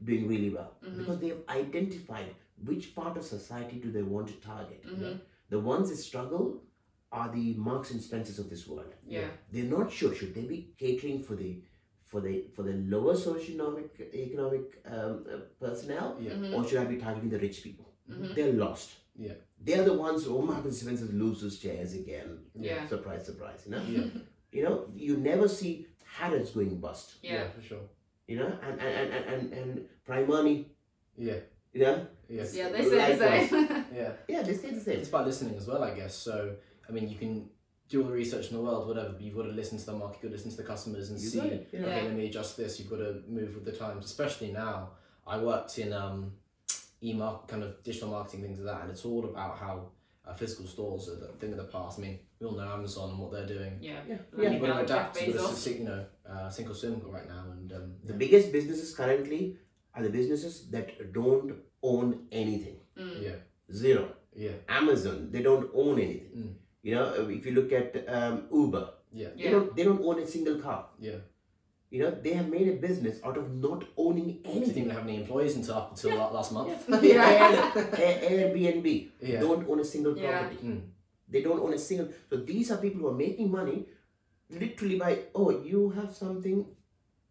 Speaker 3: doing really well
Speaker 1: Mhm.
Speaker 3: because they've identified which part of society do they want to target.
Speaker 1: Mhm.
Speaker 3: The ones that struggle are the Marks and Spencers of this world.
Speaker 1: Yeah.
Speaker 3: They're not sure should they be catering for the for the for the lower socioeconomic economic um, uh, personnel
Speaker 2: Yeah.
Speaker 1: hmm
Speaker 3: or should I be targeting the rich people?
Speaker 1: Mhm.
Speaker 3: They're lost.
Speaker 2: Yeah.
Speaker 3: They're the ones who oh, Marks and Spencers loses shares again.
Speaker 1: Yeah.
Speaker 3: Surprise, surprise. You know.
Speaker 2: Yeah.
Speaker 3: You know. You never see Harrods going bust.
Speaker 1: <laughs>
Speaker 2: Yeah.
Speaker 1: Yeah.
Speaker 2: for sure.
Speaker 3: You know, and and and and, and Primani.
Speaker 2: Yeah.
Speaker 3: You know.
Speaker 2: Yeah.
Speaker 1: Yeah, they say the
Speaker 2: <laughs>
Speaker 1: same.
Speaker 2: Yeah.
Speaker 3: Yeah, they stay the same.
Speaker 2: It's about listening as well, I guess. So, I mean, you can do all the research in the world, whatever, but you've got to listen to the market, you've got to listen to the customers and see, okay,
Speaker 3: Yeah.
Speaker 1: Yeah.
Speaker 2: let me adjust this, you've got to move with the times, especially now. I worked in um, e-mark, kind of digital marketing, things like that, and it's all about how uh, physical stores are the thing of the past. I mean, we all know Amazon and what they're doing.
Speaker 1: yeah.
Speaker 3: Yeah.
Speaker 1: Yeah.
Speaker 2: You've got to
Speaker 1: Jeff
Speaker 2: adapt to
Speaker 1: Bezos.
Speaker 2: the, you know, uh, single symbol right now. And um,
Speaker 3: The biggest businesses currently are the businesses that don't own anything.
Speaker 1: Mm.
Speaker 2: yeah,
Speaker 3: Zero.
Speaker 2: yeah,
Speaker 3: Amazon, they don't own anything.
Speaker 2: Mm.
Speaker 3: You know, uh, if you look at um, Uber,
Speaker 2: yeah,
Speaker 3: they
Speaker 1: Yeah.
Speaker 3: don't they don't own a single car.
Speaker 2: yeah.
Speaker 3: You know, they have made a business out of not owning
Speaker 2: They didn't
Speaker 3: anything.
Speaker 2: even have any employees until up until la- last
Speaker 1: <laughs>
Speaker 2: month.
Speaker 1: Yeah.
Speaker 3: Air- Air- Airbnb
Speaker 2: Yeah.
Speaker 3: don't own a single
Speaker 1: Yeah.
Speaker 3: property.
Speaker 2: Mm.
Speaker 3: They don't own a single. So these are people who are making money, literally by oh you have something,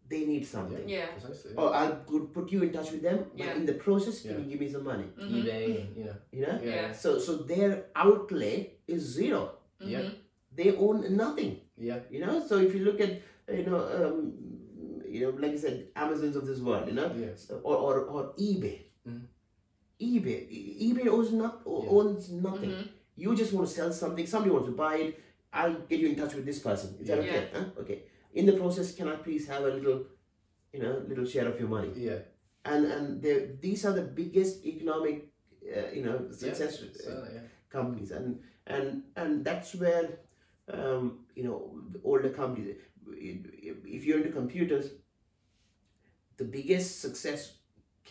Speaker 3: they need something.
Speaker 1: Yeah.
Speaker 2: Precisely.
Speaker 3: or I'll could put you in touch with them. But
Speaker 1: Yeah.
Speaker 3: in the process,
Speaker 2: Yeah.
Speaker 3: can you give me some money?
Speaker 1: Mhm.
Speaker 2: eBay, and, you know.
Speaker 3: You know.
Speaker 2: Yeah.
Speaker 1: Yeah.
Speaker 3: So so their outlay is zero.
Speaker 1: Mhm.
Speaker 2: Yeah.
Speaker 3: They own nothing.
Speaker 2: Yeah.
Speaker 3: You know. So if you look at you know um, you know like I said, Amazons of this world. You know,
Speaker 2: Yeah.
Speaker 3: So- or or, or eBay.
Speaker 2: Mhm.
Speaker 3: eBay E- eBay owns not o-
Speaker 2: Yeah.
Speaker 3: owns nothing.
Speaker 1: Mhm.
Speaker 3: You just want to sell something. Somebody wants to buy it. I'll get you in touch with this person. Is that
Speaker 1: Yeah.
Speaker 3: okay? Huh? Okay. In the process, can I please have a little, you know, little share of your money?
Speaker 2: Yeah.
Speaker 3: and and they- these are the biggest economic uh, you know success
Speaker 2: Yeah. Certainly, yeah.
Speaker 3: companies and and and that's where um, you know the older companies if you're into computers the biggest success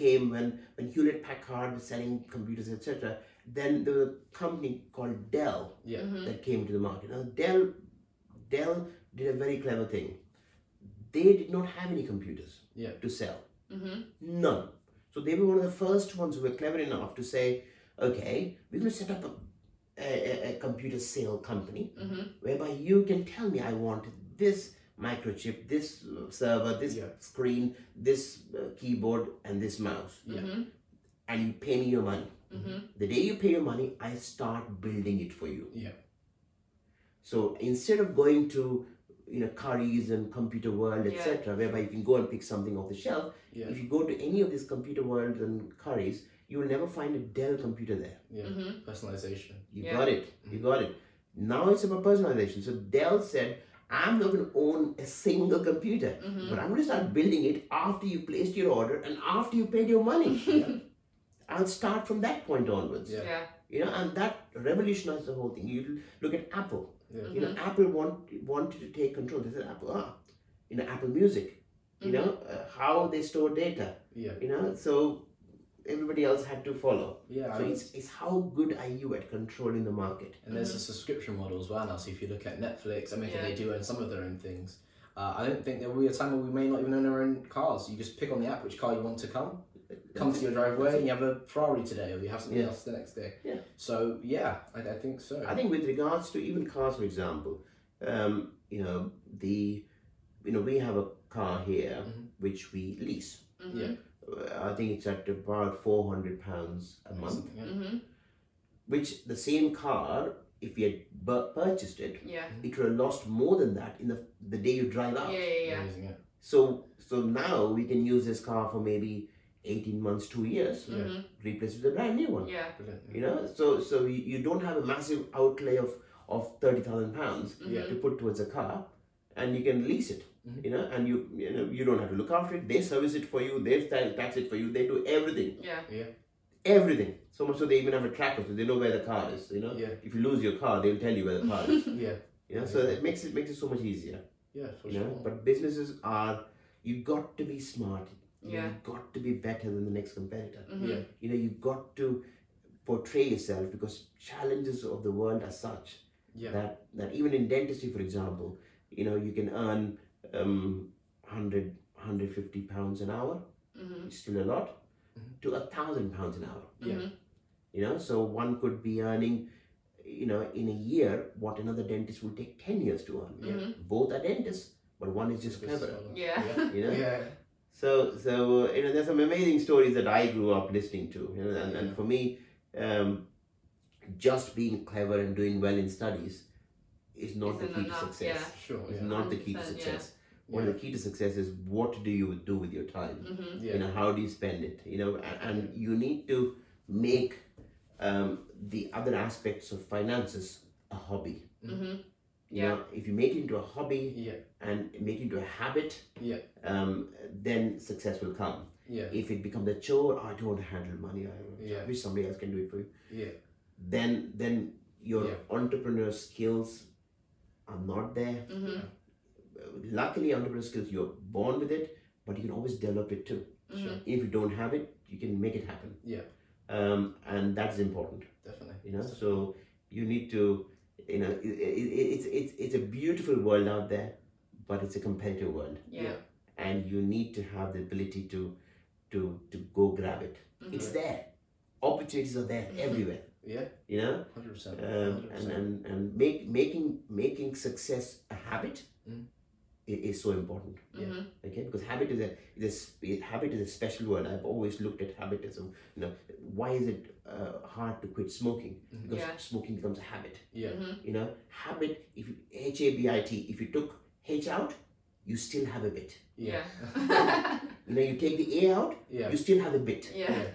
Speaker 3: came when when Hewlett Packard was selling computers etc then there was a company called Dell
Speaker 2: Yeah.
Speaker 1: Mhm.
Speaker 3: that came to the market now Dell Dell did a very clever thing they did not have any computers
Speaker 2: Yeah.
Speaker 3: to sell
Speaker 1: Mhm.
Speaker 3: None. So they were one of the first ones who were clever enough to say, okay, we're going to set up a, a, a- a computer sale company
Speaker 1: Mhm.
Speaker 3: whereby you can tell me I want this microchip, this uh, server, this
Speaker 2: Yeah.
Speaker 3: screen, this uh, keyboard, and this mouse,
Speaker 2: Yeah.
Speaker 1: Mhm.
Speaker 3: and you pay me your money.
Speaker 1: Mhm.
Speaker 3: The day you pay your money, I start building it for you.
Speaker 2: Yeah.
Speaker 3: So instead of going to you know Currys and Computer World,
Speaker 1: Yeah.
Speaker 3: etc., whereby you can go and pick something off the shelf,
Speaker 2: Yeah.
Speaker 3: Mm-hmm. if you go to any of these computer worlds and curries, you will never find a Dell computer there.
Speaker 2: Yeah.
Speaker 3: Mm-hmm.
Speaker 1: Mhm.
Speaker 2: Personalization.
Speaker 3: You
Speaker 1: Yeah.
Speaker 3: got it. You
Speaker 2: Mm-hmm.
Speaker 3: got it. Now it's about personalization. So Dell said, I'm not going to own a single computer,
Speaker 1: Mhm.
Speaker 3: but I'm going to start building it after you placed your order and after you paid your money.
Speaker 2: <laughs>
Speaker 3: Yeah. I'll start from that point
Speaker 1: <laughs>
Speaker 3: onwards.
Speaker 2: Yeah.
Speaker 1: Yeah.
Speaker 3: You know, and that revolutionized the whole thing. You look at Apple.
Speaker 2: Yeah.
Speaker 1: Mm-hmm.
Speaker 3: You know, ah, Apple want, wanted to take control. They said, Apple, ah, you know, Apple Music. you
Speaker 2: Mm-hmm.
Speaker 3: know, uh, how they store data,
Speaker 2: Yeah,
Speaker 3: you know, so everybody else had to follow.
Speaker 2: yeah. I
Speaker 3: So
Speaker 2: mean-
Speaker 3: it's, it's how good are you at controlling the market?
Speaker 2: And there's a subscription model as well now. So if you look at Netflix, I mean,
Speaker 1: Yeah.
Speaker 2: they do own some of their own things. Uh, I don't think there will be a time where we may not even own our own cars. You just pick on the app which car you want to come, come to your driveway, and you have a Ferrari today, or you have something
Speaker 3: Yeah.
Speaker 2: else the next day.
Speaker 3: Yeah.
Speaker 2: So yeah, I, I think so.
Speaker 3: I think with regards to even cars, for example, um, you know the, you know we have a car here
Speaker 2: Mhm.
Speaker 3: which we lease.
Speaker 1: Mm-hmm.
Speaker 2: Yeah.
Speaker 3: Uh, I think it's at about four hundred pounds a month.
Speaker 2: Something, yeah.
Speaker 1: Mm-hmm.
Speaker 3: Which the same car, if we had bu- purchased it,
Speaker 1: Mm-hmm. Yeah.
Speaker 3: it would have lost more than that in the the day you drive
Speaker 1: Yeah.
Speaker 3: out.
Speaker 1: Yeah. Yeah.
Speaker 2: Amazing, yeah.
Speaker 3: So so now we can use this car for maybe eighteen months, two years,
Speaker 2: Yeah.
Speaker 1: Mm-hmm.
Speaker 3: replace it with a brand new one.
Speaker 1: Yeah.
Speaker 2: Brilliant.
Speaker 3: You know, so so you, you don't have a massive outlay of of thirty thousand pounds.
Speaker 2: Yeah.
Speaker 1: mhm,
Speaker 3: to put towards a car and you can lease it
Speaker 2: Mhm.
Speaker 3: you know and you you know you don't have to look after it they service it for you they ta- tax it for you they do everything
Speaker 1: Yeah.
Speaker 3: everything so much so they even have a tracker so they know where the car is you know
Speaker 2: Yeah,
Speaker 3: if you lose your car they'll tell you
Speaker 1: <laughs>
Speaker 3: where the car is
Speaker 1: Mm-hmm.
Speaker 2: yeah,
Speaker 3: you know so it makes it makes it so much easier
Speaker 2: yeah, for
Speaker 3: you know
Speaker 2: sure.
Speaker 3: but businesses are you got to be smart
Speaker 1: Yeah.
Speaker 3: you got to be better than the next competitor
Speaker 1: mhm,
Speaker 2: Yeah.
Speaker 3: you know you got to portray yourself because challenges of the world are such
Speaker 2: Yeah,
Speaker 3: that that even in dentistry for example you know you can earn um 100 150 pounds an hour
Speaker 1: mhm,
Speaker 3: which is still a lot
Speaker 2: Mhm.
Speaker 3: to a thousand pounds an hour
Speaker 2: yeah,
Speaker 1: mhm,
Speaker 3: you know so one could be earning you know in a year what another dentist would take 10 years to earn
Speaker 2: Yeah.
Speaker 1: mhm,
Speaker 3: both are dentists but one is just
Speaker 2: Business
Speaker 3: clever
Speaker 2: model.
Speaker 1: Yeah.
Speaker 3: <laughs> you know
Speaker 2: yeah,
Speaker 3: so, so uh, you know, there's some amazing stories that I grew up listening to, you know, and,
Speaker 2: Yeah.
Speaker 3: and for me, um, just being clever and doing well in studies is not the
Speaker 1: Isn't
Speaker 3: key
Speaker 1: enough,
Speaker 3: to success.
Speaker 2: sure,
Speaker 3: It's
Speaker 2: yeah,
Speaker 3: not the key to
Speaker 1: 100%,
Speaker 3: success. One of the key to success is what do you do with your time?
Speaker 1: mhm,
Speaker 2: yeah,
Speaker 3: You know, how do you spend it? You know, and, and you need to make um, the other aspects of finances a hobby.
Speaker 2: Mm-hmm.
Speaker 1: mhm,
Speaker 3: You
Speaker 1: Yeah.
Speaker 3: know, if you make it into a hobby,
Speaker 2: yeah,
Speaker 3: and make it into a habit,
Speaker 2: Yeah.
Speaker 3: um, then success will come.
Speaker 2: yeah,
Speaker 3: If it becomes a chore, "Oh, I don't want to handle money. I,
Speaker 2: Yeah.
Speaker 3: I wish somebody else can do it for you.
Speaker 2: yeah,
Speaker 3: Then, then your
Speaker 2: Yeah.
Speaker 3: entrepreneur skills are not there.
Speaker 1: mhm,
Speaker 3: Luckily, entrepreneur skills you're born with it, but you can always develop it too.
Speaker 1: mhm,
Speaker 3: If you don't have it, you can make it happen.
Speaker 2: Yeah.
Speaker 3: Um, and that's important
Speaker 2: definitely.
Speaker 3: you know so you need to you know it, it, it's it's it's a beautiful world out there but it's a competitive world
Speaker 1: Yeah.
Speaker 3: and you need to have the ability to to to go grab it it's
Speaker 2: Mm-hmm.
Speaker 1: mhm,
Speaker 3: there opportunities are there
Speaker 1: Mhm.
Speaker 3: everywhere
Speaker 2: Yeah,
Speaker 3: you know
Speaker 2: Mm-hmm. hundred percent.
Speaker 3: um, and, and and make making making success a habit
Speaker 2: Mm.
Speaker 3: i- is so important
Speaker 2: Yeah.
Speaker 1: mhm,
Speaker 3: okay because habit is a this habit is a special word i've always looked at habit as a you know why is it uh, hard to quit smoking because
Speaker 1: Yeah.
Speaker 3: smoking becomes a habit
Speaker 2: Mm-hmm. Yeah,
Speaker 1: mhm,
Speaker 3: you know habit if you h a b i t if you took h out you still have a bit
Speaker 2: yeah,
Speaker 1: Yeah.
Speaker 3: you know you take the a out
Speaker 2: <laughs> yeah,
Speaker 3: you still have a bit
Speaker 1: <laughs> Yeah.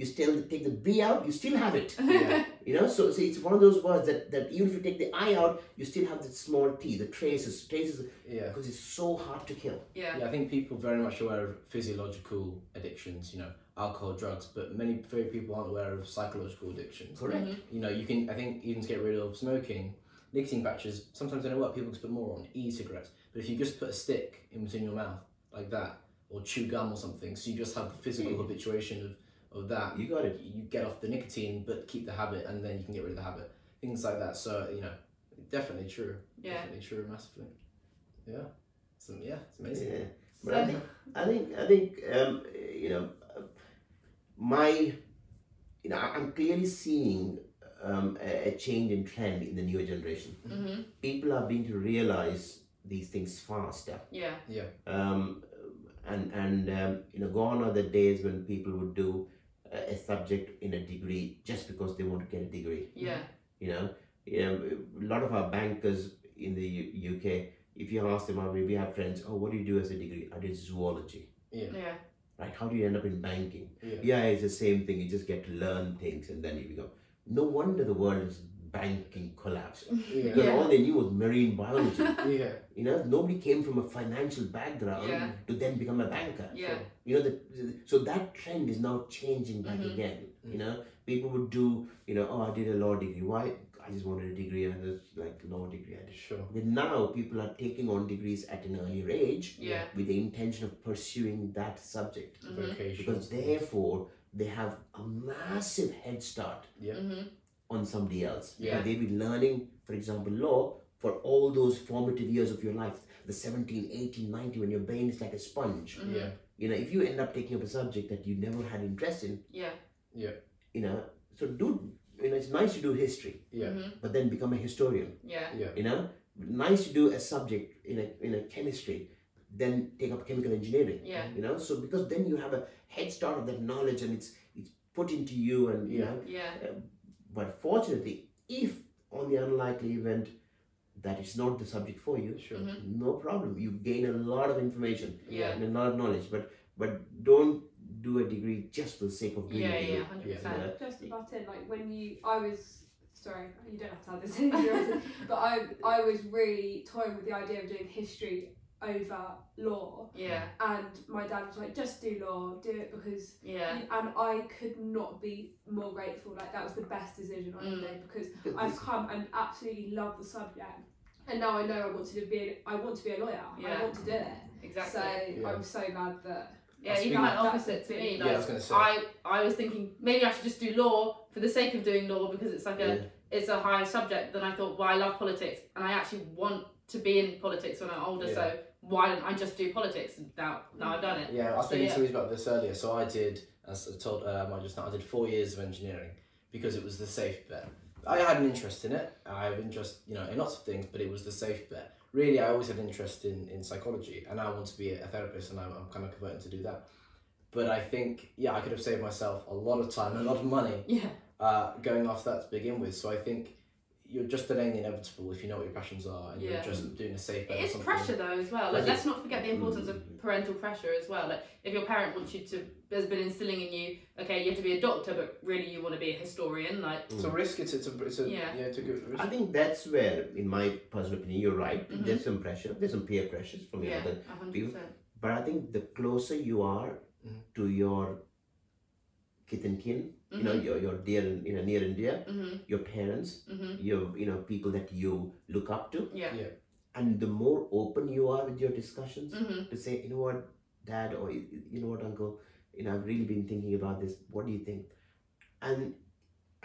Speaker 3: you still take the b out you still have it
Speaker 2: Yeah.
Speaker 3: you know so, so it's one of those words that, that even if you take the i out you still have the small t the traces traces
Speaker 2: yeah.
Speaker 3: because it's so hard to kill
Speaker 1: <laughs> Yeah.
Speaker 2: Yeah, I think people very much aware of physiological addictions, you know, alcohol, drugs, but many very people aren't aware of psychological addictions.
Speaker 3: correct
Speaker 1: mhm,
Speaker 2: You know, you can I think even to get rid of smoking, nicotine patches sometimes don't work. People can put more on e-cigarettes, but if you just put a stick in between your mouth like that, or chew gum or something, so you just have the physical
Speaker 3: Mm.
Speaker 2: habituation of of that.
Speaker 3: you got it
Speaker 2: You get off the nicotine, but keep the habit, and then you can get rid of the habit. Things like that. So you know, definitely true.
Speaker 1: Yeah.
Speaker 2: Definitely true, massively. Yeah. So yeah, it's amazing.
Speaker 3: yeah. But I
Speaker 1: So-
Speaker 3: think, I think, I think, um, you know, uh, my, you know, I- I'm clearly seeing um, a, a change in trend in the newer generation.
Speaker 1: mhm,
Speaker 3: People are beginning to realize these things faster,
Speaker 1: Yeah.
Speaker 3: um, and and um, you know, gone are the days when people would do a, a subject in a degree just because they want to get a degree
Speaker 1: Yeah.
Speaker 3: you know you know a lot of our bankers in the U- uk if you ask them I mean, we have friends oh what do you do as a degree i did zoology
Speaker 2: Yeah.
Speaker 1: Yeah.
Speaker 3: right how do you end up in banking
Speaker 2: Yeah.
Speaker 3: yeah it's the same thing you just get to learn things and then you become no wonder the world's banking collapsed
Speaker 2: Yeah.
Speaker 3: because
Speaker 1: Yeah.
Speaker 3: all they knew was marine biology
Speaker 2: Yeah.
Speaker 3: you know nobody came from a financial background
Speaker 1: Yeah.
Speaker 3: to then become a banker
Speaker 1: Yeah.
Speaker 3: you know the, so that trend is now changing back
Speaker 1: Mhm.
Speaker 3: again you
Speaker 2: Mm.
Speaker 3: know people would do you know oh i did a law degree why i I just wanted a degree and a like law degree. I did.
Speaker 2: Sure.
Speaker 3: But now people are taking on degrees at an earlier age
Speaker 1: Yeah.
Speaker 3: with the intention of pursuing that subject
Speaker 1: Mhm.
Speaker 2: Vocation.
Speaker 3: because therefore they have a massive head start
Speaker 2: Yeah.
Speaker 1: Mhm.
Speaker 3: on somebody else.
Speaker 1: Yeah.
Speaker 3: Because they've been learning, for example, law for all those formative years of your life, the 17, 18, 19, when your brain is like a sponge.
Speaker 1: Mhm.
Speaker 2: Yeah.
Speaker 3: You know, if you end up taking up a subject that you never had interest in,
Speaker 1: Yeah.
Speaker 3: you know, so do, you know, it's nice to do history,
Speaker 2: Yeah.
Speaker 1: Mhm.
Speaker 3: but then become a historian,
Speaker 1: Yeah.
Speaker 2: Yeah.
Speaker 3: you know? Nice to do a subject in a, in a chemistry, then take up chemical engineering.
Speaker 1: Yeah.
Speaker 3: You know, so because then you have a head start of that knowledge and it's it's put into you and you
Speaker 2: Yeah.
Speaker 3: know
Speaker 1: Yeah.
Speaker 3: But fortunately, if on the unlikely event that it's not the subject for you,
Speaker 2: Sure.
Speaker 1: Mhm.
Speaker 3: no problem. You gain a lot of information
Speaker 1: Yeah.
Speaker 3: and a lot of knowledge. But but don't do a degree just for the sake of doing
Speaker 1: Yeah.
Speaker 3: a degree.
Speaker 1: Yeah. Hundred percent.
Speaker 4: Just to butt in, like when you, I was sorry, you don't have to have this in, you're obviously- <laughs> but I, I was really toying with the idea of doing history over law,
Speaker 1: Yeah.
Speaker 4: and my dad was like, just do law, do it because,
Speaker 1: Yeah.
Speaker 4: and I could not be more grateful. Like that was the best decision I
Speaker 1: Mm.
Speaker 4: made because
Speaker 3: But
Speaker 4: I've
Speaker 3: this-
Speaker 4: come and absolutely love the subject, and now I know I want to be, I want to be a lawyer.
Speaker 1: Yeah.
Speaker 4: I want to do it.
Speaker 1: Exactly.
Speaker 4: So
Speaker 2: Yeah.
Speaker 4: I'm so glad that.
Speaker 1: Yeah,
Speaker 2: That's
Speaker 1: even
Speaker 2: been-
Speaker 1: like opposite to me.
Speaker 4: Yeah,
Speaker 1: Like,
Speaker 2: I was gonna say.
Speaker 1: I I was thinking maybe I should just do law for the sake of doing law because it's like a
Speaker 3: yeah.
Speaker 1: it's a higher subject. Then I thought, well, I love politics and I actually want to be in politics when I'm older.
Speaker 2: Yeah.
Speaker 1: So why don't I just do politics now? Now I've done it.
Speaker 2: Yeah, I was
Speaker 1: So,
Speaker 2: speaking
Speaker 1: yeah.
Speaker 2: to you about this earlier. So I did, as I told uh, Mike just now, I did four years of engineering because it was the safe bet. I had an interest in it. I have interest, you know, in lots of things, but it was the safe bet. Really, I always had interest in, in psychology, and I want to be a therapist, and I'm, I'm kind of converting to do that. But I think, yeah, I could have saved myself a lot of time, a lot of money
Speaker 1: <laughs> Yeah.
Speaker 2: uh, going off that to begin with. So I think you're just delaying the inevitable if you know what your passions are and
Speaker 1: Yeah.
Speaker 2: you're just doing a safe bet.
Speaker 1: It
Speaker 2: or
Speaker 1: is
Speaker 2: something.
Speaker 1: pressure though as well. Like
Speaker 2: Pressure.
Speaker 1: let's not forget the importance of parental pressure as well. Like if your parent wants you to has been instilling in you, okay, you have to be a doctor, but really you want to be a historian. Like
Speaker 2: It's a risk. It's, it's a it's a
Speaker 1: Yeah.
Speaker 2: yeah. It's a good risk.
Speaker 3: I think that's where, in my personal opinion, you're right.
Speaker 1: Mhm.
Speaker 3: There's some pressure. There's some peer pressures from the
Speaker 1: yeah,
Speaker 3: other.
Speaker 1: a hundred
Speaker 3: people-
Speaker 1: percent.
Speaker 3: But I think the closer you are
Speaker 2: Mhm.
Speaker 3: to your kith and kin, you know,
Speaker 1: Mhm.
Speaker 3: your your dear and you know near and dear,
Speaker 1: Mhm.
Speaker 3: your parents,
Speaker 1: Mhm.
Speaker 3: your you know people that you look up to,
Speaker 1: Yeah.
Speaker 3: and the more open you are with your discussions
Speaker 1: Mhm.
Speaker 3: to say, you know what, Dad, or you you- you know what, Uncle, you know I've really been thinking about this. What do you think? And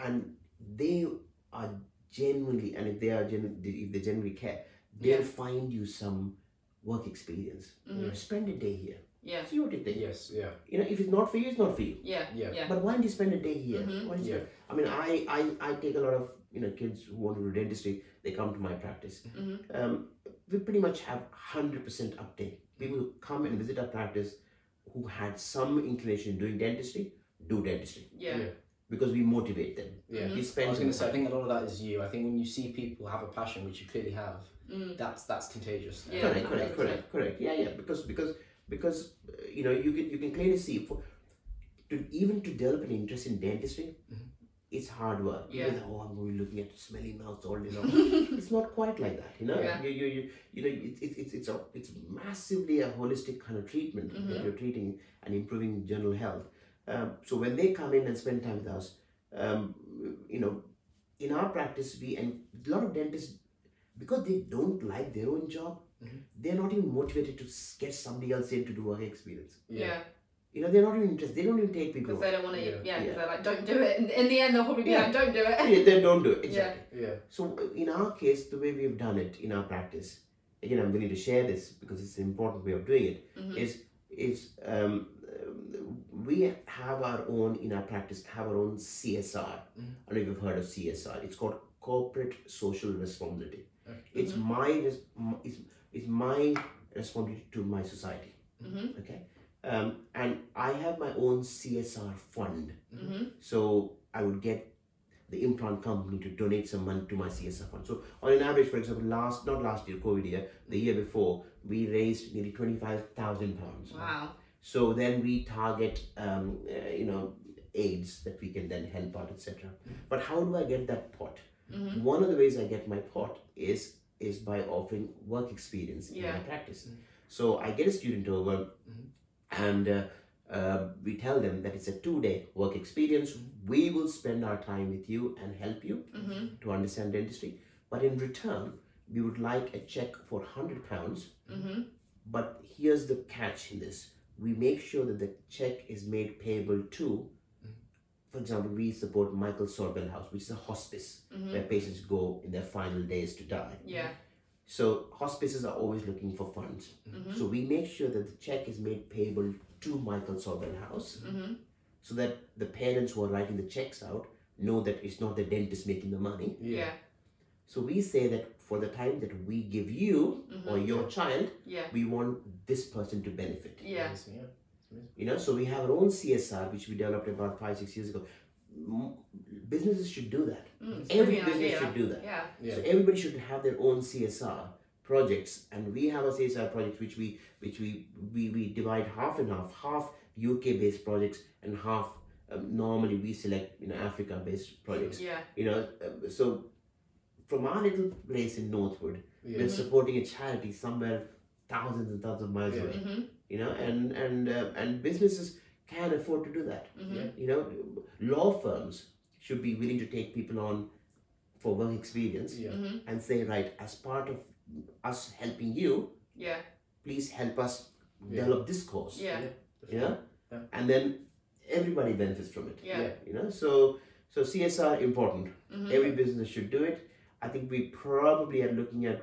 Speaker 3: and they are genuinely, and if they are gen, if they genuinely care, they'll
Speaker 1: Yeah.
Speaker 3: find you some work experience. You know,
Speaker 1: Mhm.
Speaker 3: spend a day here.
Speaker 1: Yeah.
Speaker 3: See what you think.
Speaker 2: Yes. Yeah.
Speaker 3: You know, if it's not for you, it's not for you.
Speaker 1: Yeah.
Speaker 2: Yeah.
Speaker 1: Yeah.
Speaker 3: But why don't you spend a day here?
Speaker 1: Mhm.
Speaker 3: What is
Speaker 2: Yeah.
Speaker 3: it? I mean, I, I, I take a lot of you know kids who want to do dentistry. They come to my practice.
Speaker 1: Mhm.
Speaker 3: Um, we pretty much have hundred percent uptake. People who come and visit our practice who had some inclination doing dentistry do dentistry
Speaker 1: Yeah.
Speaker 2: Yeah.
Speaker 3: because we motivate them.
Speaker 2: Yeah.
Speaker 1: Mhm.
Speaker 3: We
Speaker 2: Mm-hmm. I
Speaker 3: spend.
Speaker 2: was going to say, I think a lot of that is you. I think when you see people have a passion, which you clearly have, <laughs>
Speaker 1: Mm.
Speaker 2: that's that's contagious.
Speaker 1: Yeah.
Speaker 3: correct,
Speaker 1: 100%.
Speaker 3: correct, correct, correct. Yeah, yeah. Because because because uh, you know you can you can clearly see for to even to develop an interest in dentistry.
Speaker 2: Mhm.
Speaker 3: It's hard work. People
Speaker 1: Yeah.
Speaker 3: think, oh, I'm going to be looking at smelly mouths all day
Speaker 2: <laughs>
Speaker 3: long.
Speaker 1: Mhm.
Speaker 3: it's not quite like that you know
Speaker 1: Yeah.
Speaker 3: you, you, you, you know it's it's it's it's, a, it's massively a holistic kind of treatment that
Speaker 1: Mhm.
Speaker 3: you're treating and improving general health um, so when they come in and spend time with us um, you know in our practice we and a lot of dentists because they don't like their own job
Speaker 1: Mm-hmm.
Speaker 2: Mhm.
Speaker 3: they're not even motivated to s- get somebody else in to do work experience
Speaker 1: yeah.
Speaker 3: you know they're not even interested they don't even take
Speaker 1: Because
Speaker 3: people on.
Speaker 1: they don't want to. Yeah.
Speaker 2: Yeah.
Speaker 1: Because
Speaker 3: Yeah.
Speaker 1: they're like, don't do it. And in the end, they'll probably be
Speaker 3: Yeah.
Speaker 1: like, don't do it.
Speaker 3: Yeah, <laughs> they don't do it exactly
Speaker 2: Yeah.
Speaker 3: So uh, in our case, the way we've done it in our practice, again, I'm willing to share this because it's an important way of doing it.
Speaker 1: Mhm.
Speaker 3: Is is um, um, we have our own in our practice have our own CSR.
Speaker 2: Mhm.
Speaker 3: I don't know if you've heard of CSR. It's called corporate social responsibility.
Speaker 2: Okay.
Speaker 3: It's my res- m- it's, it's my responsibility to my society.
Speaker 1: Mhm.
Speaker 3: Okay, um, and I have my own CSR fund.
Speaker 1: Mhm.
Speaker 3: So I would get the implant company to donate some money to my CSR fund. So on an average, for example, last not last year, COVID year, the year before, we raised nearly twenty five thousand pounds.
Speaker 1: Wow.
Speaker 3: So then we target, um, uh, you know, aids that we can then help out, etc. But how do I get that pot?
Speaker 1: Mhm.
Speaker 3: One of the ways I get my pot is is by offering work experience in
Speaker 1: Yeah.
Speaker 3: my practice.
Speaker 2: Mhm.
Speaker 3: So I get a student over,
Speaker 2: Mhm.
Speaker 3: and uh, uh, we tell them that it's a two day work experience. We will spend our time with you and help you
Speaker 1: hmm
Speaker 3: to understand dentistry. But in return, we would like a check for £100.
Speaker 1: hmm
Speaker 3: But here's the catch in this we make sure that the check is made payable to, for example, we support Michael Sorbel House, which is a hospice
Speaker 1: hmm
Speaker 3: where patients go in their final days to die.
Speaker 1: Yeah.
Speaker 3: So hospices are always looking for funds.
Speaker 1: hmm
Speaker 3: So we make sure that the check is made payable to Michael Sorbel House
Speaker 1: hmm
Speaker 3: so that the parents who are writing the checks out know that it's not the dentist making the money.
Speaker 1: Yeah.
Speaker 3: So we say that for the time that we give you or
Speaker 1: hmm
Speaker 3: your child,
Speaker 1: Yeah.
Speaker 3: we want this person to benefit.
Speaker 1: Yeah.
Speaker 2: Amazing, yeah.
Speaker 3: You know, so we have our own CSR which we developed about five, six years ago. M- Businesses should do that.
Speaker 1: Mm, it's a
Speaker 3: Every
Speaker 1: brilliant
Speaker 3: business
Speaker 1: idea.
Speaker 3: should do that.
Speaker 1: Yeah.
Speaker 2: Yeah.
Speaker 3: So everybody should have their own CSR projects, and we have a CSR project which we which we we, we divide half and half, half UK based projects and half um, normally we select you know Africa based projects.
Speaker 1: Yeah.
Speaker 3: You know, um, so from our little place in Northwood,
Speaker 2: yeah.
Speaker 3: we're supporting a charity somewhere thousands and thousands of miles
Speaker 2: Yeah.
Speaker 3: away.
Speaker 1: hmm
Speaker 3: You know, and and uh, and businesses can afford to do that.
Speaker 1: hmm
Speaker 2: Yeah.
Speaker 3: You know, law firms should be willing to take people on for work experience
Speaker 2: Yeah.
Speaker 1: hmm
Speaker 3: and say, right, as part of us helping you,
Speaker 1: Yeah.
Speaker 3: please help us
Speaker 2: Yeah.
Speaker 3: develop this course.
Speaker 1: Yeah.
Speaker 3: You know?
Speaker 2: Yeah.
Speaker 3: And then everybody benefits from it.
Speaker 1: Yeah.
Speaker 2: Yeah.
Speaker 3: You know? So so CSR important.
Speaker 1: hmm
Speaker 3: Every business should do it. I think we probably are looking at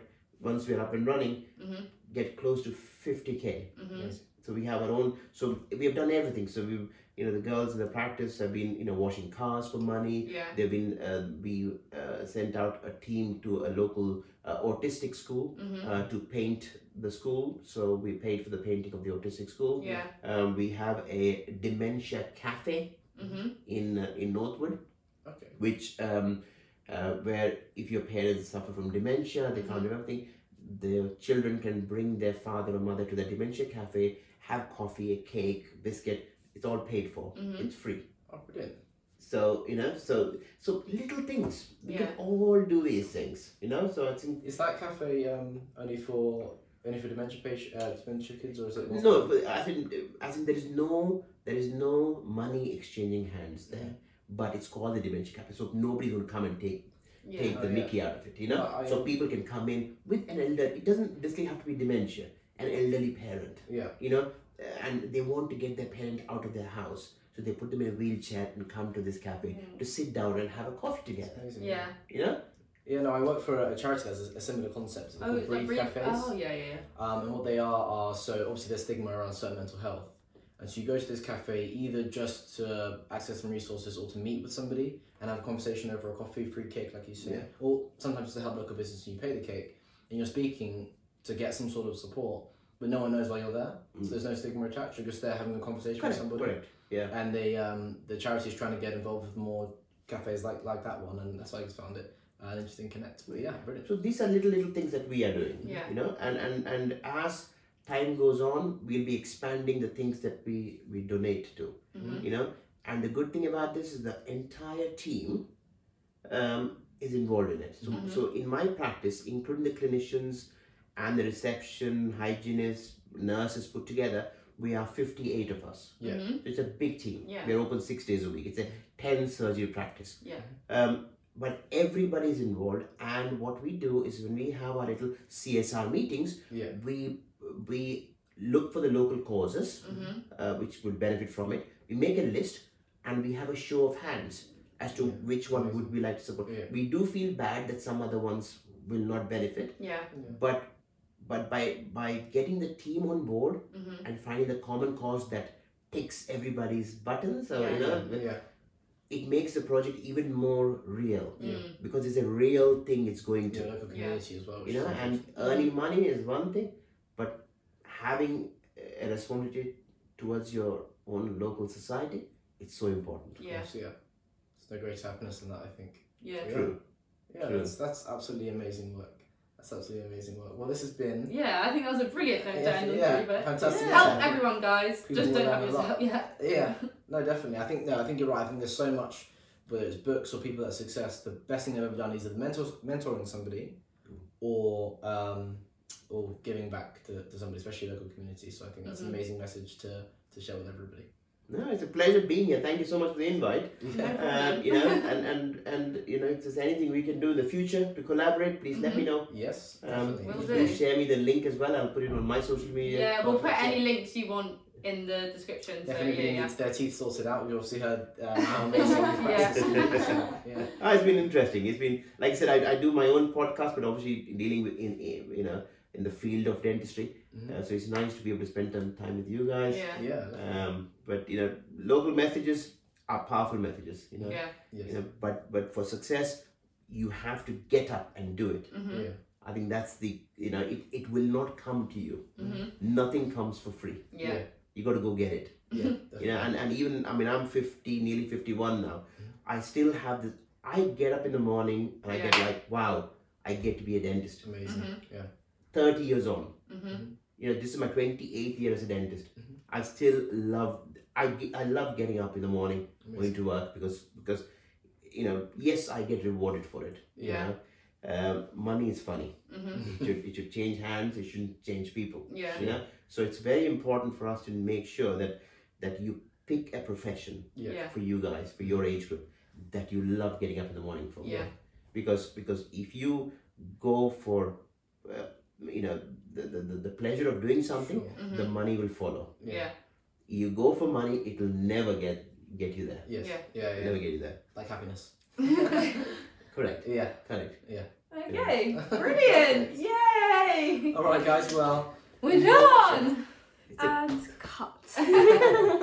Speaker 3: once we're up and running,
Speaker 1: Mhm.
Speaker 3: get close to fifty K.
Speaker 1: hmm
Speaker 3: So we have our own so we have done everything. So we you know, the girls in the practice have been, you know, washing cars for money.
Speaker 1: Yeah.
Speaker 3: They've been, uh, we uh, sent out a team to a local uh, autistic school
Speaker 1: hmm
Speaker 3: uh, to paint the school. So we paid for the painting of the autistic school.
Speaker 1: Yeah.
Speaker 3: Um, we have a dementia cafe
Speaker 1: hmm
Speaker 3: in uh, in Northwood,
Speaker 2: Okay.
Speaker 3: which um, uh, where if your parents suffer from dementia, they can't do everything. The children can bring their father or mother to the dementia cafe, have coffee, a cake, biscuit. It's all paid for.
Speaker 1: Mhm.
Speaker 3: It's free.
Speaker 2: Oh, brilliant.
Speaker 3: So you know, so so little things. We
Speaker 1: Yeah.
Speaker 3: can all do these things. You know, so I think
Speaker 2: Is that cafe um, only for only for dementia patient, uh, dementia kids, or is it? more
Speaker 3: No,
Speaker 2: for-
Speaker 3: but I think I think there is no there is no money exchanging hands there. But it's called the dementia cafe, so nobody's gonna come and take
Speaker 1: Yeah.
Speaker 3: take
Speaker 2: Oh,
Speaker 3: the
Speaker 2: yeah.
Speaker 3: Mickey out of it, you know.
Speaker 2: But I-
Speaker 3: so people can come in with an elder. It doesn't necessarily have to be dementia. An elderly parent,
Speaker 2: Yeah.
Speaker 3: you know, and they want to get their parent out of their house, so they put them in a wheelchair and come to this cafe
Speaker 1: Mm.
Speaker 3: to sit down and have a coffee
Speaker 2: It's
Speaker 3: together.
Speaker 2: amazing.
Speaker 1: Yeah.
Speaker 3: You know,
Speaker 2: Yeah, no, I work for a charity that has a, a similar concept. They're
Speaker 1: Oh,
Speaker 2: called
Speaker 1: it's like
Speaker 2: Breathe
Speaker 1: re-
Speaker 2: Cafes.
Speaker 1: oh, yeah, yeah, yeah.
Speaker 2: Um, and what they are are so obviously there's stigma around certain mental health, and so you go to this cafe either just to access some resources or to meet with somebody and have a conversation over a coffee, free cake, like you said,
Speaker 3: Yeah.
Speaker 2: or sometimes to help local business and you pay the cake, and you're speaking to get some sort of support, but no one knows why you're there,
Speaker 3: Mm.
Speaker 2: so there's no stigma attached. You're just there having a conversation with
Speaker 3: correct,
Speaker 2: somebody,
Speaker 3: correct. Yeah.
Speaker 2: and they um, the charity is trying to get involved with more cafes like like that one, and that's why I just found it an interesting connect. But yeah, brilliant.
Speaker 3: So these are little little things that we are doing.
Speaker 1: Yeah.
Speaker 3: You know, and and and as time goes on, we'll be expanding the things that we we donate to.
Speaker 1: hmm
Speaker 3: You know, and the good thing about this is the entire team um, is involved in it. So,
Speaker 1: Mhm.
Speaker 3: so in my practice, including the clinicians and the reception hygienists, nurses put together, we are fifty eight of us.
Speaker 2: Yeah.
Speaker 1: hmm
Speaker 3: It's a big team.
Speaker 1: Yeah. Mm-hmm.
Speaker 3: We're open six days a week. It's a 10 surgery practice.
Speaker 1: Yeah.
Speaker 3: Um, but everybody's involved, and what we do is when we have our little CSR meetings,
Speaker 2: Yeah.
Speaker 3: we we look for the local causes
Speaker 1: hmm
Speaker 3: uh, which would benefit from it. We make a list, and we have a show of hands as to
Speaker 2: Yeah.
Speaker 3: which one would we like to support.
Speaker 2: Yeah.
Speaker 3: We do feel bad that some other ones will not benefit,
Speaker 1: Yeah.
Speaker 3: but but by by getting the team on board
Speaker 1: hmm
Speaker 3: and finding the common cause that ticks everybody's buttons, or, you know,
Speaker 2: Yeah.
Speaker 3: it makes the project even more real
Speaker 2: Yeah.
Speaker 1: Mm.
Speaker 3: because it's a real thing it's going
Speaker 2: Yeah,
Speaker 3: to
Speaker 2: local
Speaker 1: Yeah.
Speaker 2: community as well. which
Speaker 3: you know
Speaker 2: is
Speaker 3: and earning money is one thing but having a responsibility towards your own local society it's so important
Speaker 1: Yeah.
Speaker 2: important. yeah, there's no greater happiness in that. I think.
Speaker 1: Yeah.
Speaker 2: Yeah.
Speaker 3: true
Speaker 2: Yeah,
Speaker 3: True.
Speaker 2: that's that's absolutely amazing work. That's absolutely amazing work. Well, this has been.
Speaker 1: Yeah, I think that was a brilliant note to
Speaker 2: Yeah,
Speaker 1: end on,
Speaker 2: yeah,
Speaker 1: too, but
Speaker 2: fantastic.
Speaker 1: Help
Speaker 2: Yeah.
Speaker 1: everyone, guys.
Speaker 2: People
Speaker 1: Just
Speaker 2: will
Speaker 1: don't help
Speaker 2: learn a
Speaker 1: yourself.
Speaker 2: lot.
Speaker 1: Yeah.
Speaker 2: <laughs> Yeah, no, definitely. I think no, I think you're right. I think there's so much, whether it's books or people that are success. The best thing I've ever done is either mentors, mentoring somebody, or um, or giving back to, to somebody, especially local community. So I think that's
Speaker 1: Mhm.
Speaker 2: an amazing message to to share with everybody.
Speaker 3: No, it's a pleasure being here. Thank you so much for the invite.
Speaker 1: No
Speaker 3: Um,
Speaker 1: problem.
Speaker 3: you know, and, and and you know, if there's anything we can do in the future to collaborate, please let me know.
Speaker 2: <laughs> Yes,
Speaker 3: Um,
Speaker 2: definitely.
Speaker 1: Will
Speaker 3: if
Speaker 1: do.
Speaker 3: you share me the link as well, I'll put it on my social media.
Speaker 1: yeah, we'll put
Speaker 3: profiles.
Speaker 1: any links you want in the description. So
Speaker 2: Definitely
Speaker 1: yeah, yeah.
Speaker 2: needs their teeth sorted out. We obviously heard um, how
Speaker 1: <laughs>
Speaker 2: amazing these practices
Speaker 4: Yeah.
Speaker 2: are. yeah.
Speaker 3: Ah, it's been interesting. It's been like I said, I, I do my own podcast, but obviously dealing with in in- you know in the field of dentistry.
Speaker 2: Mhm.
Speaker 3: Uh, so it's nice to be able to spend some time with you guys.
Speaker 1: Mm-hmm. Yeah.
Speaker 2: <laughs> Yeah.
Speaker 3: Um, but you know, local messages are powerful messages. You know,
Speaker 1: Yeah.
Speaker 3: you
Speaker 2: Yes.
Speaker 3: know, but but for success, you have to get up and do it.
Speaker 1: Mhm.
Speaker 3: I think that's the you know it, it will not come to you.
Speaker 1: Mhm.
Speaker 3: Nothing comes for free.
Speaker 1: Yeah.
Speaker 3: You got to go get it.
Speaker 1: Mm-hmm.
Speaker 2: Yeah.
Speaker 3: you know and, and even i mean i'm 50 nearly 51 now
Speaker 2: Yeah.
Speaker 3: i still have this i get up in the morning and i get like wow i get to be a dentist
Speaker 2: It's amazing.
Speaker 1: Mm-hmm.
Speaker 2: Yeah.
Speaker 3: 30 years on
Speaker 1: Mhm.
Speaker 3: you know this is my 28th year as a dentist
Speaker 2: Mhm.
Speaker 3: i still love I, ge- I love getting up in the morning going
Speaker 2: Amazing.
Speaker 3: to work because because you know yes i get rewarded for it you
Speaker 1: Yeah.
Speaker 3: know? Um, money is funny
Speaker 1: Mhm.
Speaker 3: it should, it should change hands it shouldn't change people
Speaker 1: Yeah.
Speaker 3: you know so it's very important for us to make sure that that you pick a profession
Speaker 2: Yeah.
Speaker 1: Yeah.
Speaker 3: for you guys for your age group that you love getting up in the morning for
Speaker 1: Yeah.
Speaker 3: because because if you go for uh, you know the, the, the- the pleasure of doing something
Speaker 2: Sure.
Speaker 3: the
Speaker 1: Mhm.
Speaker 3: money will follow
Speaker 1: Yeah.
Speaker 3: you go for money it'll never get get you there
Speaker 2: Yes.
Speaker 1: Yeah.
Speaker 2: Yeah. yeah,
Speaker 3: never get you there
Speaker 2: Like happiness.
Speaker 3: correct
Speaker 2: Yeah.
Speaker 3: correct
Speaker 4: Okay,
Speaker 2: Yeah.
Speaker 4: brilliant! Yay!
Speaker 2: All right, guys. Well.
Speaker 1: We're done.
Speaker 3: It's a
Speaker 1: <laughs>
Speaker 4: And cut.